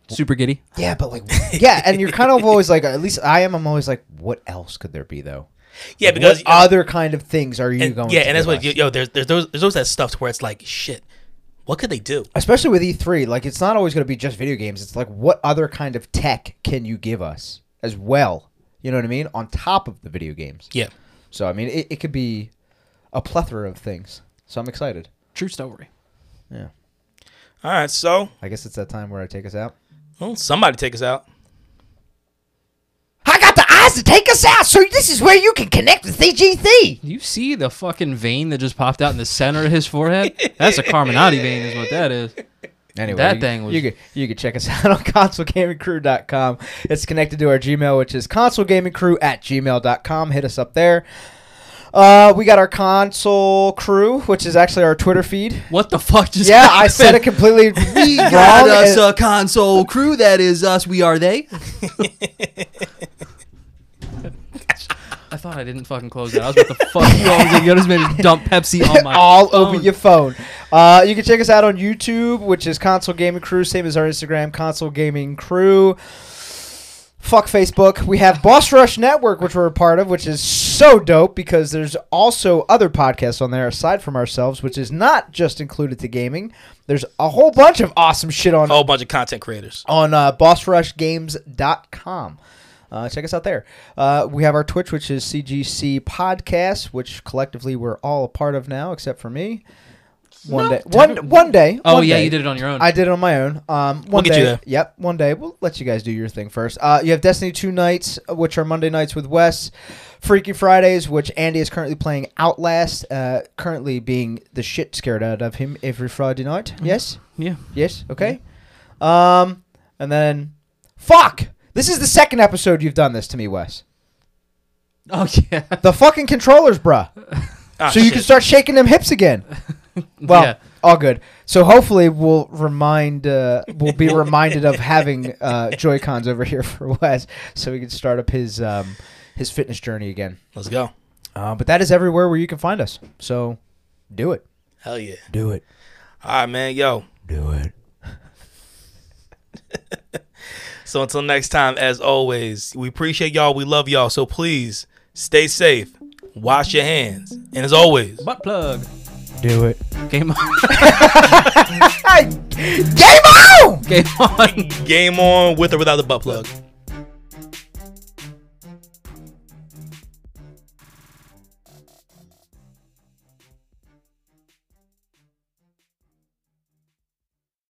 C: Super giddy.
D: yeah, but like, yeah, and you're kind of always like, at least I am. I'm always like, what else could there be though?
B: yeah,
D: Like,
B: because
D: what other kind of things are you
B: and-
D: going?
B: yeah,
D: to
B: and that's
D: give
B: what
D: us?
B: yo, yo there's there's those there's always that stuff to where it's like shit. What could they do?
D: especially with E3, like it's not always going to be just video games. It's like what other kind of tech can you give us as well? You know what I mean? On top of the video games.
B: Yeah.
D: So I mean, it, it could be a plethora of things. So I'm excited.
C: True story.
B: All right, so
D: I guess it's that time where I take us out.
B: well, somebody take us out.
D: I got the eyes to take us out, so this is where you can connect with CGC.
C: Do you see the fucking vein that just popped out in the center of his forehead? That's a Carminati vein, is what that is.
D: Anyway,
C: That
D: you,
C: thing was-
D: you could you could check us out on consolegamingcrew.com. It's connected to our Gmail, which is consolegamingcrew at gmail.com. Hit us up there. Uh, we got our console crew, which is actually our Twitter feed.
C: What the fuck just
D: Yeah, I
C: happened?
D: said it completely wrong.
C: Got us
D: and-
C: a console crew. That is us. We are they. I thought I didn't fucking close that. I was about to fuck you. I was like, you just made me dump Pepsi on my
D: all over
C: phone.
D: your phone. Uh, you can check us out on YouTube, which is Console Gaming Crew, same as our Instagram, Console Gaming Crew. Fuck Facebook. We have Boss Rush Network, which we're a part of, which is so dope because there's also other podcasts on there aside from ourselves, which is not just included to gaming. There's a whole bunch of awesome shit on
B: A whole bunch of content creators.
D: on uh, bossrushgames.com. Uh, check us out there. Uh, we have our Twitch, which is CGC Podcast, which collectively we're all a part of now, except for me. One day, one one day.
C: Oh
D: one
C: yeah,
D: day.
C: you did it on your own.
D: I did it on my own. Um, one
B: get
D: day,
B: you there.
D: yep, one day. We'll let you guys do your thing first. Uh, you have Destiny two nights, which are Monday nights with Wes, Freaky Fridays, which Andy is currently playing Outlast, uh, currently being the shit scared out of him every Friday night.
C: Mm-hmm.
D: Yes.
C: yeah.
D: Yes. Okay. Um, and then, fuck. This is the second episode you've done this to me, Wes.
C: Oh yeah.
D: The fucking controllers, bruh.
B: Ah,
D: so you
B: shit.
D: can start shaking them hips again. Well,
C: Yeah.
D: all good. So hopefully we'll remind, uh, we'll be reminded of having uh, Joy Cons over here for Wes, so we can start up his um, his fitness journey again.
B: Let's go.
D: Uh, but that is everywhere where you can find us. So do it.
B: Hell yeah.
D: Do it.
B: All right, man. Yo.
D: Do it.
B: So until next time, as always, we appreciate y'all. We love y'all. So please stay safe. Wash your hands. And as always,
C: Butt plug.
D: Do it.
C: Game on.
D: Hey, game on!
C: Game on.
B: game on with or without the butt plug.